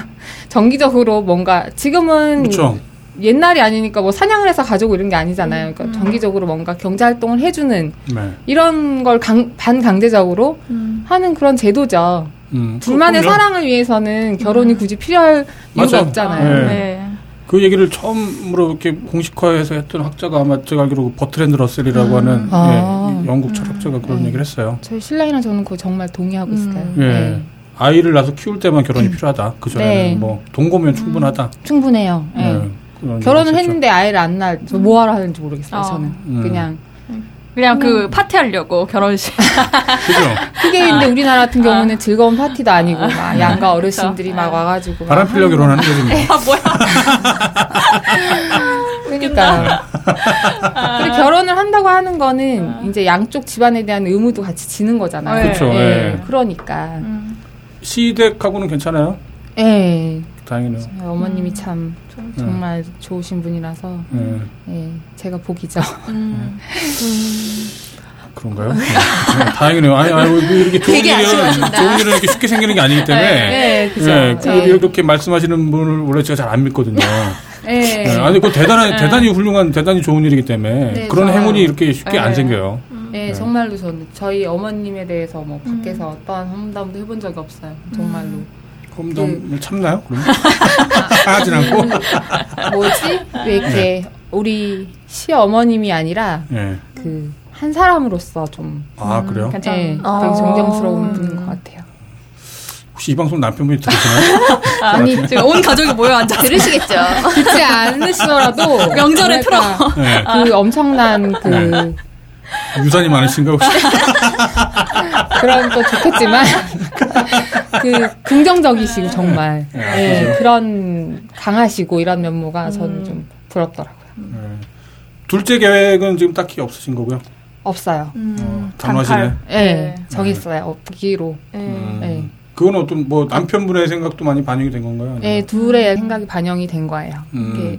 D: 정기적으로 뭔가 지금은
B: 그렇죠.
D: 옛날이 아니니까 뭐 사냥을 해서 가지고 이런 게 아니잖아요.
C: 음.
D: 그러니까 정기적으로 뭔가 경제 활동을 해주는
B: 네.
D: 이런 걸 강- 반강제적으로
C: 음.
D: 하는 그런 제도죠.
B: 음,
D: 둘만의
B: 그렇군요.
D: 사랑을 위해서는 결혼이 굳이 필요할 이유가
B: 맞아요.
D: 없잖아요.
B: 네.
C: 네.
B: 그 얘기를 처음으로 이렇게 공식화해서 했던 학자가 아마 제가 알기로 버트랜드 러셀이라고 하는
D: 음. 아.
B: 예, 영국 철학자가 그런
D: 네.
B: 얘기를 했어요.
D: 저희 신랑이랑 저는 그거 정말 동의하고
C: 음.
D: 있어요.
B: 예.
D: 네. 음.
B: 아이를 낳아서 키울 때만 결혼이 필요하다. 그 전에는
D: 네.
B: 뭐 동거면 충분하다.
D: 충분해요. 예.
B: 예, 그런
D: 결혼을
B: 얘기를
D: 했는데 아이를 안 낳을 저뭐 하러 하는지 모르겠어요.
C: 아.
D: 저는
B: 음.
D: 그냥
C: 그냥
D: 음.
C: 그 파티하려고 결혼식.
D: 네.
B: 했었죠.
D: 그게 근데 우리나라
C: 아.
D: 같은 경우는 즐거운 파티도 아니고 막 양가 어르신들이 막
C: 네.
D: 와가지고
B: 그죠?
D: 막
B: 바람
D: [LAUGHS]
B: 필려 결혼하는 거지
D: 네.
B: 뭐.
C: [LAUGHS] 아 뭐야?
D: 그러니까
C: 아.
D: 그리고 결혼을 한다고 하는 거는 이제 양쪽 집안에 대한 의무도 같이 지는 거잖아요.
C: 네. 그쵸,
B: 예.
D: 그러니까
C: 음,
B: 시댁하고는 괜찮아요.
D: 예.
B: 다행이네요.
D: 저희 어머님이 참
C: 음. 좀-
B: 네.
D: 정말 좋으신 분이라서
B: 예,
D: 예. 제가 [LAUGHS] 복이죠.
C: 음.
B: 그런가요? 예, 다행이네요. 아니, 아니 이렇게 좋은
E: 되게
B: 일은
E: 아쉬워하신다.
B: 좋은 일은 이렇게 쉽게 생기는 게 아니기
C: 네.
B: 때문에.
D: 예, 그죠.
B: 예, 그
D: 예.
B: 이렇게 말씀하시는 분을 원래 제가 잘 안 믿거든요.
D: 예.
B: 예, 아니 그 대단한 대단히 훌륭한 대단히 좋은 일이기 때문에
D: 네,
B: 그런
D: 저요.
B: 행운이 이렇게 쉽게
D: 네.
B: 안 생겨요.
D: 네, 정말로 저는 저희 어머님에 대해서 뭐 밖에서 어떠한 험담도 해본 적이 없어요. 정말로.
B: 그럼 좀 네, 참나요? 그럼 하진 않고.
D: 뭐지? 왜 이렇게 우리 시어머님이 아니라
B: 예.
D: 그 한 사람으로서 좀
B: 아 그래요?
D: 예,
C: 괜찮.
D: 되게
A: 아.
D: 존경스러운 분인 것 같아요.
B: 혹시 이 방송 남편분이 들으시나요? 네.
D: 아니
C: 지금 온 가족이 모여 앉아.
E: 들으시겠죠.
D: 듣지 [LAUGHS] 않으시더라도
C: 명절에 틀어.
D: 뭐랄까,
B: 예.
D: 그 엄청난 그
B: 유산이 많으신가 혹시?
D: 그런 또
B: [LAUGHS]
D: 좋겠지만 그 긍정적이시고 정말
B: 아,
D: 예, 그런 강하시고 이런
B: 음.
D: 면모가 저는 좀 부럽더라고요.
B: 예. 둘째 계획은 지금 딱히 없으신 거고요.
D: 없어요.
C: 음,
B: 단호하시네.
C: 단칼.
D: 예, 정했어요. 없기로.
C: 예.
B: 음.
D: 네.
B: 그건 어떤 뭐 남편분의 생각도 많이 반영이 된 건가요?
C: 네.
D: 예, 둘의 생각이 반영이 된 거예요.
B: 음.
D: 이게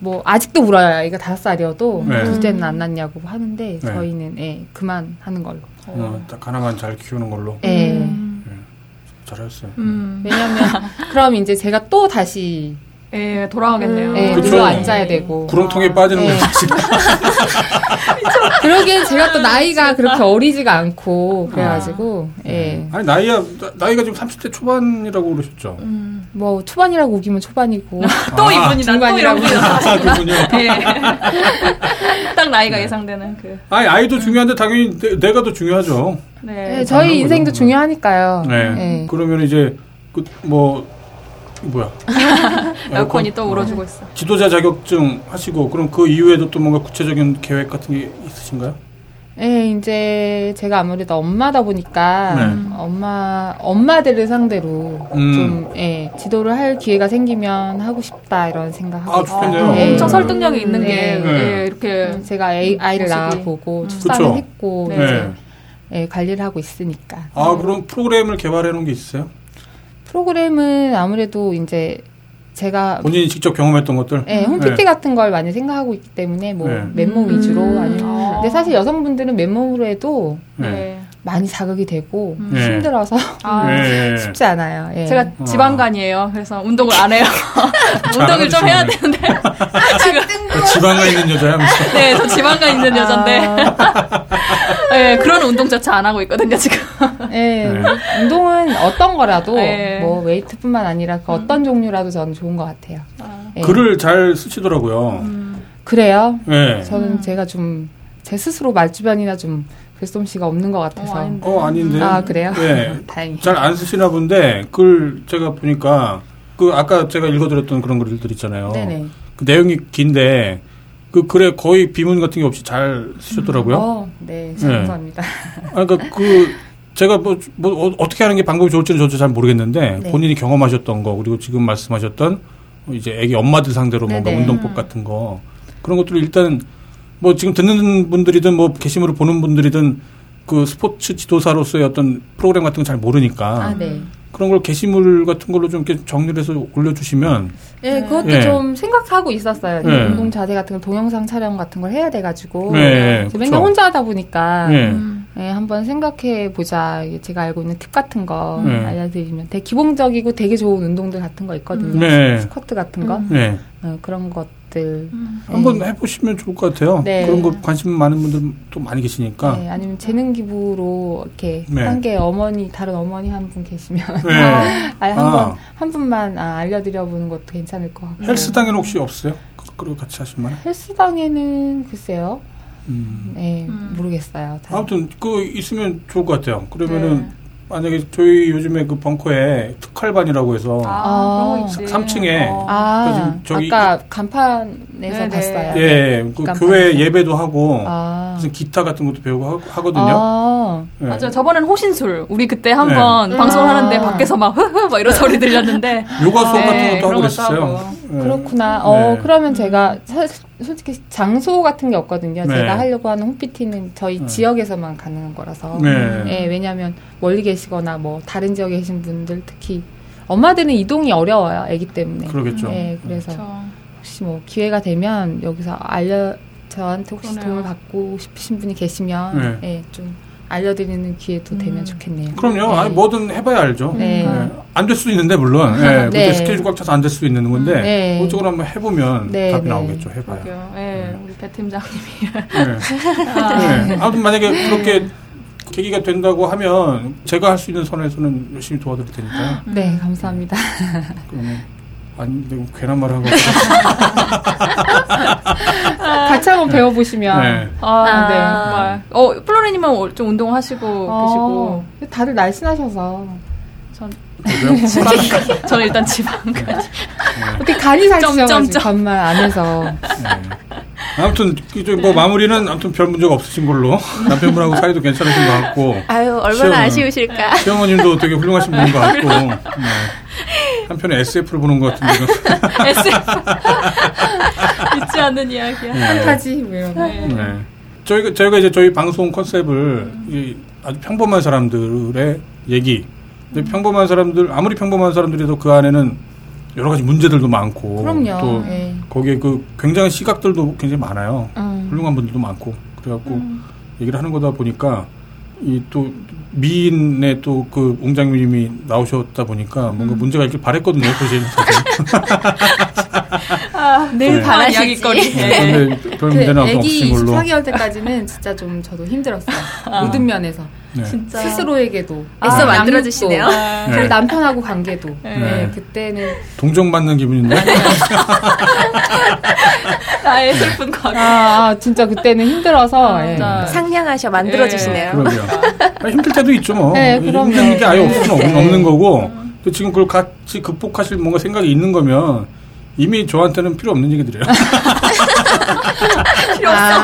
D: 뭐 아직도 울어요. 애가 다섯 살이어도
B: 네.
D: 둘째는 안 낳냐고 하는데
B: 네.
D: 저희는 예, 그만 하는 걸로.
B: 어, 딱 하나만 잘 키우는 걸로
D: 예.
C: 음.
B: 잘했어요.
C: 음.
D: 왜냐면 그럼 이제 제가 또 다시
C: 예, 돌아오겠네요.
D: 예,
B: 그쵸. 그렇죠.
D: 눌러 앉아야 되고
B: 구렁텅이에 빠지는
D: 네.
B: 거예요. 지금.
D: 그러기엔 제가
C: 아,
D: 또 나이가 그렇게 어리지가 않고 그래가지고
C: 네.
D: 예.
B: 아니 나이야 나, 이가 지금 30대 초반이라고 그러셨죠?
C: 음.
D: 뭐 초반이라고 우기면 초반이고
C: 또 이분이다. 또 이런
D: 중간이라고.
C: 분이
D: [LAUGHS]
B: 아, 그군요.
C: 예. [LAUGHS] 딱
B: 네.
C: 나이가 예상되는 그.
B: 아니 아이도 중요한데 당연히 내, 가더 중요하죠.
C: 네.
D: 예, 저희
B: 거죠.
D: 인생도
C: 어,
D: 중요하니까요.
B: 네.
D: 예.
B: 그러면 이제 그 뭐
C: [LAUGHS]
B: 뭐야?
C: 에어컨이 또 울어주고 있어.
B: 지도자 자격증 하시고 그럼 그 이후에도 또 뭔가 구체적인 계획 같은 게 있으신가요?
D: 예, 이제 제가 아무래도 엄마다 보니까
B: 네.
D: 엄마 엄마들을 상대로
B: 음.
D: 좀 예, 지도를 할 기회가 생기면 하고 싶다 이런 생각하고
B: 아, 좋겠네요.
D: 네.
C: 엄청 설득력이 있는 게
D: 네.
B: 네.
C: 예, 이렇게
D: 있어요. 제가 애, 아이를
C: 모습이.
D: 낳아보고 출산을
B: 그쵸.
D: 했고
C: 음. 네.
D: 이제 예, 관리를 하고 있으니까
B: 아 그럼 프로그램을 개발해 놓은 게 있으세요?
D: 프로그램은 아무래도 이제 제가
B: 본인이 직접 경험했던 것들.
D: 예, 아, 네. 홈피티 같은 걸 많이 생각하고 있기 때문에 뭐
B: 음. 네.
D: 맨몸
C: 음.
D: 위주로 아니면
C: 아.
D: 근데 사실 여성분들은 맨몸으로 해도
B: 예.
C: 네.
D: 많이 자극이 되고
B: 네.
D: 힘들어서
C: 아,
B: 예.
D: 쉽지 않아요. 예.
C: 음.
B: 어.
C: 제가 지방간이에요. 그래서 운동을
B: [LAUGHS]
C: 안 해요. [LAUGHS] 운동을 좀 해야 되는데 [LAUGHS] 지금
B: 지방가 그 있는 여자야. 무슨.
C: 네, 저 지방간 있는 여잔데
D: 아,
C: [LAUGHS] 네, 그런 운동조차 안 하고 있거든요 지금.
D: 예,
B: 네.
D: 운동은 어떤 거라도
C: 예.
D: 뭐 웨이트뿐만 아니라
C: 음.
D: 그 어떤 종류라도 저는 좋은 것 같아요. 예.
B: 글을 잘 쓰시더라고요.
D: 음. 그래요?
B: 예.
D: 저는
C: 음.
D: 제가 좀 제 스스로 말 주변이나 좀 글솜씨가 없는 것
C: 어,
D: 같아서
C: 아닌데.
B: 어 아닌데.
D: 아 그래요?
B: 예.
D: [LAUGHS] 다행히
B: 잘 안 쓰시나 본데 글 제가 보니까 그 아까 제가 읽어드렸던 그런 글들 있잖아요.
D: 네네
B: 그 내용이 긴데 그 글에 거의 비문 같은 게 없이 잘 쓰셨더라고요.
D: 어, 네
B: 네.
D: 감사합니다.
B: 아, 그러니까 그 제가 뭐, 뭐 어, 어떻게 하는 게 방법이 좋을지는 저도 잘 모르겠는데
D: 네.
B: 본인이 경험하셨던 거 그리고 지금 말씀하셨던 이제 애기 엄마들 상대로 뭔가
D: 네네. 음.
B: 운동법 같은 거 그런 것들을 일단 뭐 지금 듣는 분들이든 뭐 게시물을 보는 분들이든 그 스포츠 지도사로서의 어떤 프로그램 같은 건 잘 모르니까
D: 아 네.
B: 그런 걸 게시물 같은 걸로 좀 이렇게 정리를 해서 올려주시면
D: 예, 그것도
B: 네.
D: 좀 생각하고 있었어요. 이
B: 네.
D: 운동 자세 같은 걸 동영상 촬영 같은 걸 해야 돼가지고
B: 네,
D: 저 맨날
B: 그쵸.
D: 혼자 하다 보니까
B: 예.
D: 예, 한번 생각해 보자. 제가 알고 있는 팁 같은 거
B: 네.
D: 알려드리면 되게 기본적이고 되게 좋은 운동들 같은 거 있거든요.
B: 네.
D: 스쿼트 같은 거
B: 예.
D: 어, 그런 것들 예. 것들.
B: 한번 해보시면 좋을 것 같아요.
D: 네.
B: 그런 거 관심 많은 분들 또 많이 계시니까.
D: 네, 아니면 재능 기부로 이렇게
B: 네.
D: 한 게 어머니 다른 어머니 한 분 계시면
B: 네.
D: [LAUGHS] 아니
B: 아.
D: 한번 한 분만 아, 알려드려 보는 것도 괜찮을 것 같고
B: 헬스장에는 혹시 없어요? 그- 그리고 같이 하실 만한?
D: 헬스장에는 글쎄요,
B: 음.
D: 네
C: 음.
D: 모르겠어요. 다.
B: 아무튼 그 있으면 좋을 것 같아요. 그러면은 만약에 저희 요즘에 그 벙커에 특활반이라고 해서
C: 아, 그런 거 있지.
B: 어. 삼 층에.
C: 어.
D: 아,
B: 지금 저기-
D: 아까 간판에서
C: 네네.
D: 봤어요.
B: 예, 그
D: 깜빡했어요.
B: 교회 예배도 하고
D: 아,
B: 무슨 기타 같은 것도 배우고 하- 하거든요.
D: 아,
B: 예.
C: 맞아요. 저번엔 호신술. 우리 그때 한번
A: 네.
C: 방송을
D: 음.
C: 하는데 밖에서 막 [LAUGHS] 흐흐 막 이런 소리 들렸는데.
B: 요가 수업
C: 네,
B: 같은 것도
C: 그런
B: 하고
C: 것도
B: 그랬어요.
C: 하고.
B: 예.
D: 그렇구나.
B: 네.
D: 어, 그러면 제가 사- 솔직히 장소 같은 게 없거든요.
B: 네.
D: 제가 하려고 하는 홈피티는 저희
B: 네.
D: 지역에서만 가능한 거라서.
B: 네.
D: 예, 왜냐하면 멀리 계시거나 뭐 다른 지역에 계신 분들 특히 엄마들은 이동이 어려워요. 아기 때문에.
B: 그러겠죠.
D: 예, 그래서
C: 그렇죠.
B: 네.
D: 혹시 뭐 기회가 되면 여기서 알려 저한테 혹시
C: 그러네요.
D: 도움을 받고 싶으신 분이 계시면 예, 좀 알려드리는 기회도
C: 음.
D: 되면 좋겠네요.
B: 네. 그럼요.
D: 네.
B: 아니, 뭐든 해봐야 알죠. 예.
D: 네.
B: 안 될 수도 있는데 물론 예,
D: 네.
B: 그때 스케줄 꽉 차서 안 될 수도 있는 건데
D: 네.
B: 그쪽으로 한번 해보면
D: 네,
B: 답이
D: 네.
B: 나오겠죠. 해봐요.
C: 그러게요. 예, 우리 배 팀장님이.
B: 네. 네. 아무튼 만약에 그렇게 계기가 된다고 하면 제가 할 수 있는 선에서는 열심히 도와드릴 테니까요.
C: 음.
D: 네, 감사합니다.
B: 그러면 아니 내가 괜한 말을 하고 [LAUGHS]
D: [LAUGHS] 같이 한번 배워보시면.
B: 네.
C: 아,
D: 아.
C: 네. 정말. 어, 플로리님은 좀 운동하시고
D: 어,
C: 계시고.
D: 다들 날씬하셔서
C: 전,
B: 그래요?
C: 지방, 저는 일단 지방까지.
D: 어떻게 간이 살쪄가지고
C: 점점점.
D: 간말 안에서
B: 네. 아무튼 이제 뭐 마무리는 아무튼 별 문제가 없으신 걸로 남편분하고 사이도 괜찮으신 것 같고
E: [LAUGHS] 아유
B: 시험은-
E: 얼마나 아쉬우실까.
B: 시어머님도 되게 훌륭하신 분인 것 같고 네. 한편에 SF를 보는 것 같은데 [LAUGHS]
C: SF. 잊지 않는 이야기야.
D: 판타지 뭐 이런 거.
C: 네.
B: 네. 저희가 저희가 이제 저희 방송 컨셉을 이 아주 평범한 사람들의 얘기.
D: 음.
B: 근데 평범한 사람들 아무리 평범한 사람들이도 그 안에는 여러 가지 문제들도 많고
D: 그럼요.
B: 또
D: 네.
B: 거기에 그 굉장한 시각들도 굉장히 많아요.
D: 음.
B: 훌륭한 분들도 많고 그래갖고 얘기를 하는 거다 보니까 이 또 미인의 또 그 옹장님이 나오셨다 보니까
D: 음.
B: 뭔가 문제가 있길 바랬거든요.
D: [LAUGHS]
B: 그제
E: 늘
B: 네.
E: 바라시지.
C: 아, 이야기거리. 네.
B: 네. 근데 별
D: 그
B: 문제는 없으신
D: 아기
B: 걸로.
D: 24개월 때까지는 진짜 좀 저도 힘들었어요. 모든 면에서
B: 네.
C: 아. 진짜.
D: 스스로에게도
E: 애써
D: 아,
E: 만들어주시네요.
D: 양육도,
C: 아,
B: 네.
D: 그리고 남편하고 관계도
C: 네.
D: 네, 그때는
B: 동정 받는 기분인데.
C: 나의 슬픈 과거.
D: 아, 아, 진짜 그때는 힘들어서
C: 아,
D: 예.
E: 네.
C: 진짜.
E: 상냥하셔 만들어주시네요.
B: 그럼요. 아니, 힘들 때도 있죠, 뭐.
D: 네, 그럼요.
B: 힘든 게 아예 없으면 없-
D: 네.
B: 없는 거고. 근데 지금 그걸 같이 극복하실 뭔가 생각이 있는 거면 이미 저한테는 필요 없는 얘기들이에요.
D: [LAUGHS]
B: 그렇죠.
C: 필요 없어.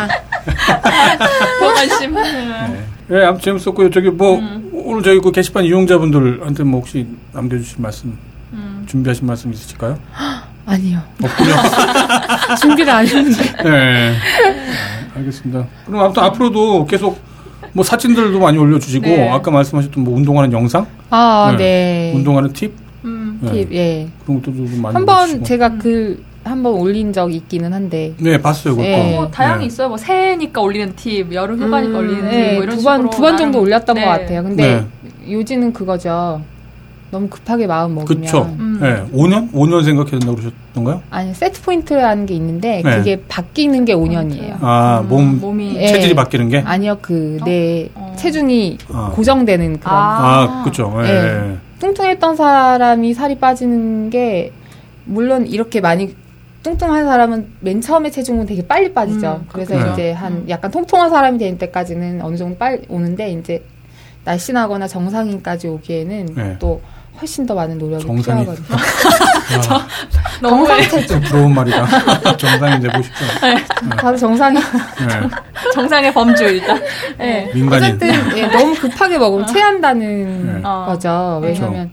D: 아,
C: 관심.
B: 네. 예, 아무튼 재밌었고요. 저기 뭐,
D: 음.
B: 오늘 저희 그 게시판 이용자분들한테 뭐 혹시 남겨주실 말씀,
D: 음.
B: 준비하신 말씀
D: [LAUGHS]
B: 있으실까요?
D: 아니요.
B: 없군요.
D: 준비를 안
C: [LAUGHS]
D: 했는데.
B: 예. 네. 알겠습니다. 그럼 아무튼 앞으로도 계속 뭐 사진들도 많이 올려주시고,
C: 네.
B: 아까 말씀하셨던 뭐 운동하는 영상,
D: 아,
B: 네.
D: 네.
B: 운동하는 팁,
C: 음.
B: 예,
D: 팁, 예.
B: 그런 것도 좀 많이
D: 한번
B: 올려주시고.
D: 제가 글 한번 올린 적이 있기는 한데
B: 네, 봤어요, 네. 그거.
D: 예.
C: 뭐 다양히 있어요. 뭐 새해니까 올리는 팁, 여름 휴가니까
A: 음,
C: 올리는 팁,
D: 네,
C: 뭐 이런
D: 두 번,
C: 식으로
D: 두 번 정도
C: 나름-
D: 올렸던
C: 네.
D: 것 같아요. 근데 요지는 그거죠. 너무 급하게 마음 먹으면.
B: 그쵸.
C: 음.
B: 네. 5년? 5년 생각해야 된다고 그러셨던가요?
D: 아니, 세트 포인트라는 게 있는데
B: 네.
D: 그게 바뀌는 게 5년이에요.
B: 아,
C: 음,
B: 몸,
C: 몸이
D: 예.
B: 체질이 바뀌는 게?
D: 아니요, 그, 내
C: 네. 어? 어.
D: 체중이
B: 아.
D: 고정되는 그런.
B: 아, 그쵸. 예.
D: 예. 뚱뚱했던 사람이 살이 빠지는 게, 물론 이렇게 많이 뚱뚱한 사람은 맨 처음에 체중은 되게 빨리 빠지죠.
C: 음,
D: 그래서
B: 그렇죠.
D: 이제 한 약간 통통한 사람이 될 때까지는 어느 정도 빨리 오는데, 이제 날씬하거나 정상인까지 오기에는
B: 네.
D: 또 훨씬 더 많은 노력이
B: 정상인.
D: 필요하거든요.
B: 야,
C: 너무
B: 진짜 아, 부러운 말이다. [LAUGHS] 정상이 되고 싶죠. 아.
D: 바로 정상이.
B: 예.
C: 정상의 범주 일단.
D: 네.
B: 민간인. 아.
D: 어쨌든 예, 너무 급하게 먹으면 체한다는
B: 네.
C: 어.
D: 거죠.
B: 그렇죠.
D: 왜냐하면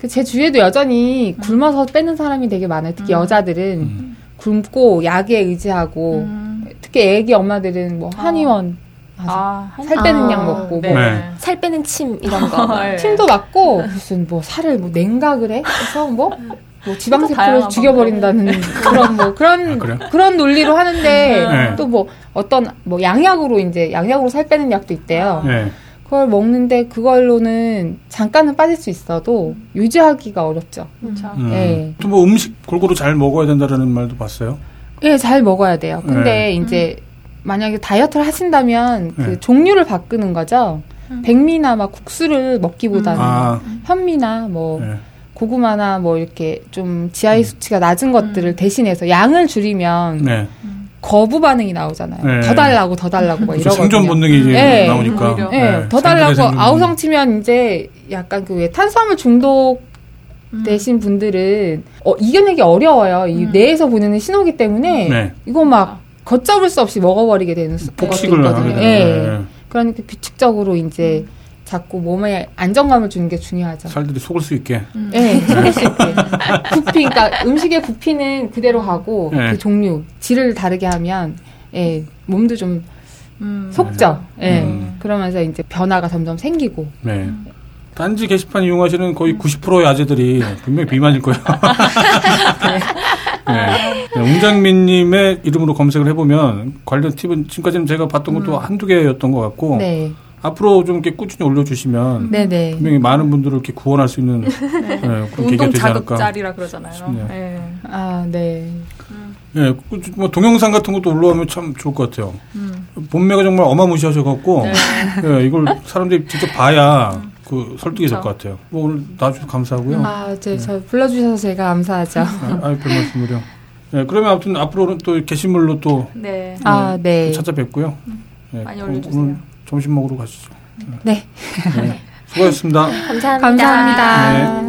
D: 그 제 주위에도 여전히 굶어서 빼는 사람이 되게 많아요. 특히 여자들은
B: 음.
D: 굶고 약에 의지하고
C: 음.
D: 특히 애기 엄마들은 뭐 한의원 가서
C: 아, 한-
D: 살 빼는
A: 아,
D: 약 먹고
C: 네.
D: 뭐
B: 네.
E: 살 빼는 침 이런
B: 아,
E: 거.
C: 네.
D: 침도 맞고 무슨 뭐 살을 뭐 냉각을 해? 그래서 뭐, 뭐 지방세포를
C: 다양한
D: 죽여버린다는 [LAUGHS] 그런 뭐
B: 아,
D: 그런
B: 그래요?
D: 그런 논리로 하는데
B: 네.
D: 또 뭐 어떤 뭐 양약으로 이제 양약으로 살 빼는 약도
C: 아.
D: 있대요.
B: 예.
D: 그걸 먹는데 그걸로는 잠깐은 빠질 수 있어도
C: 음.
D: 유지하기가 어렵죠.
C: 참.
B: 음.
D: 예.
B: 또뭐 음식 골고루 잘 먹어야 된다라는 말도 봤어요.
D: 예, 잘 먹어야 돼요. 근데 이제 만약에 다이어트를 하신다면 그
B: 음. 네.
D: 종류를 바꾸는 거죠. 백미나 막 국수를 먹기보다는
B: 아,
D: 현미나 뭐
B: 예.
D: 고구마나 뭐 이렇게 좀 GI 수치가 낮은 것들을 대신해서 양을 줄이면
B: 음. 네.
D: 거부 반응이 나오잖아요.
B: 네.
D: 더 달라고 더 달라고 막
B: 그렇죠.
D: 이러거든요.
B: 생존 본능이 이제
D: 네.
B: 나오니까.
C: 오히려.
D: 예,
B: 네.
D: 더
B: 생존의
D: 달라고
B: 생존
D: 아우성 치면 이제 약간 그 왜 탄수화물 중독 되신 분들은 어, 이겨내기 어려워요. 이
C: 음.
D: 뇌에서 보내는 신호기 때문에
B: 본능. 네.
D: 이거 막 걷잡을 수 없이 먹어버리게 되는 수-
B: 폭식을
D: 것도
B: 하게
D: 있거든요.
B: 되는.
D: 예.
B: 네.
D: 그러니까 규칙적으로 이제 자꾸 몸에 안정감을 주는 게
B: 네.
D: 중요하죠.
B: 살들이 속을 수 있게.
C: 음.
D: 예, 속일 수 있게. 부피, 그러니까 음식의 부피는 그대로 가고
B: 네.
D: 그 종류, 질을 다르게 하면 예, 몸도 좀
C: 음.
D: 속죠. 예.
B: 음.
D: 그러면서 이제 변화가 점점 생기고
B: 네. 단지 게시판 이용하시는 거의 90%의 아재들이 분명히 비만일
C: [LAUGHS]
B: 거예요. 네. 네. 웅장민님의 이름으로 검색을 해보면 관련 팁은 지금까지는 제가 봤던 것도
C: 음.
B: 한두 개였던 것 같고
D: 네.
B: 앞으로 좀 이렇게 꾸준히
C: 음.
B: 올려주시면
D: 네, 네.
B: 분명히 많은 분들을 이렇게 구원할 수 있는 네, 그런 계기가
C: 운동
B: 되지 않을까.
C: 자극짤이라 그러잖아요.
B: 싶네요.
C: 예.
D: 아, 네.
B: 예, 그뭐 동영상 같은 것도 올라오면 참 좋을 것 같아요.
C: 음.
B: 몸매가 정말 어마무시하셔갖고
C: 네. 음.
B: 예, 이걸 사람들이 직접 봐야 그 설득이 될 것 같아요. 뭐 오늘 나와주셔서 감사하고요.
D: 아, 제, 저 불러주셔서 제가 감사하죠.
B: 아, 아유, 별 말씀을요. 예, 그러면 아무튼 앞으로는 또 게시물로 또
C: 네. 음.
D: 아, 네.
B: 찾아뵙고요. 예,
C: 많이
B: 그럼
C: 올려주세요.
B: 오늘 점심 먹으러 가시죠.
D: 네.
B: 예, 수고하셨습니다.
E: 감사합니다.
D: 감사합니다.
B: 네.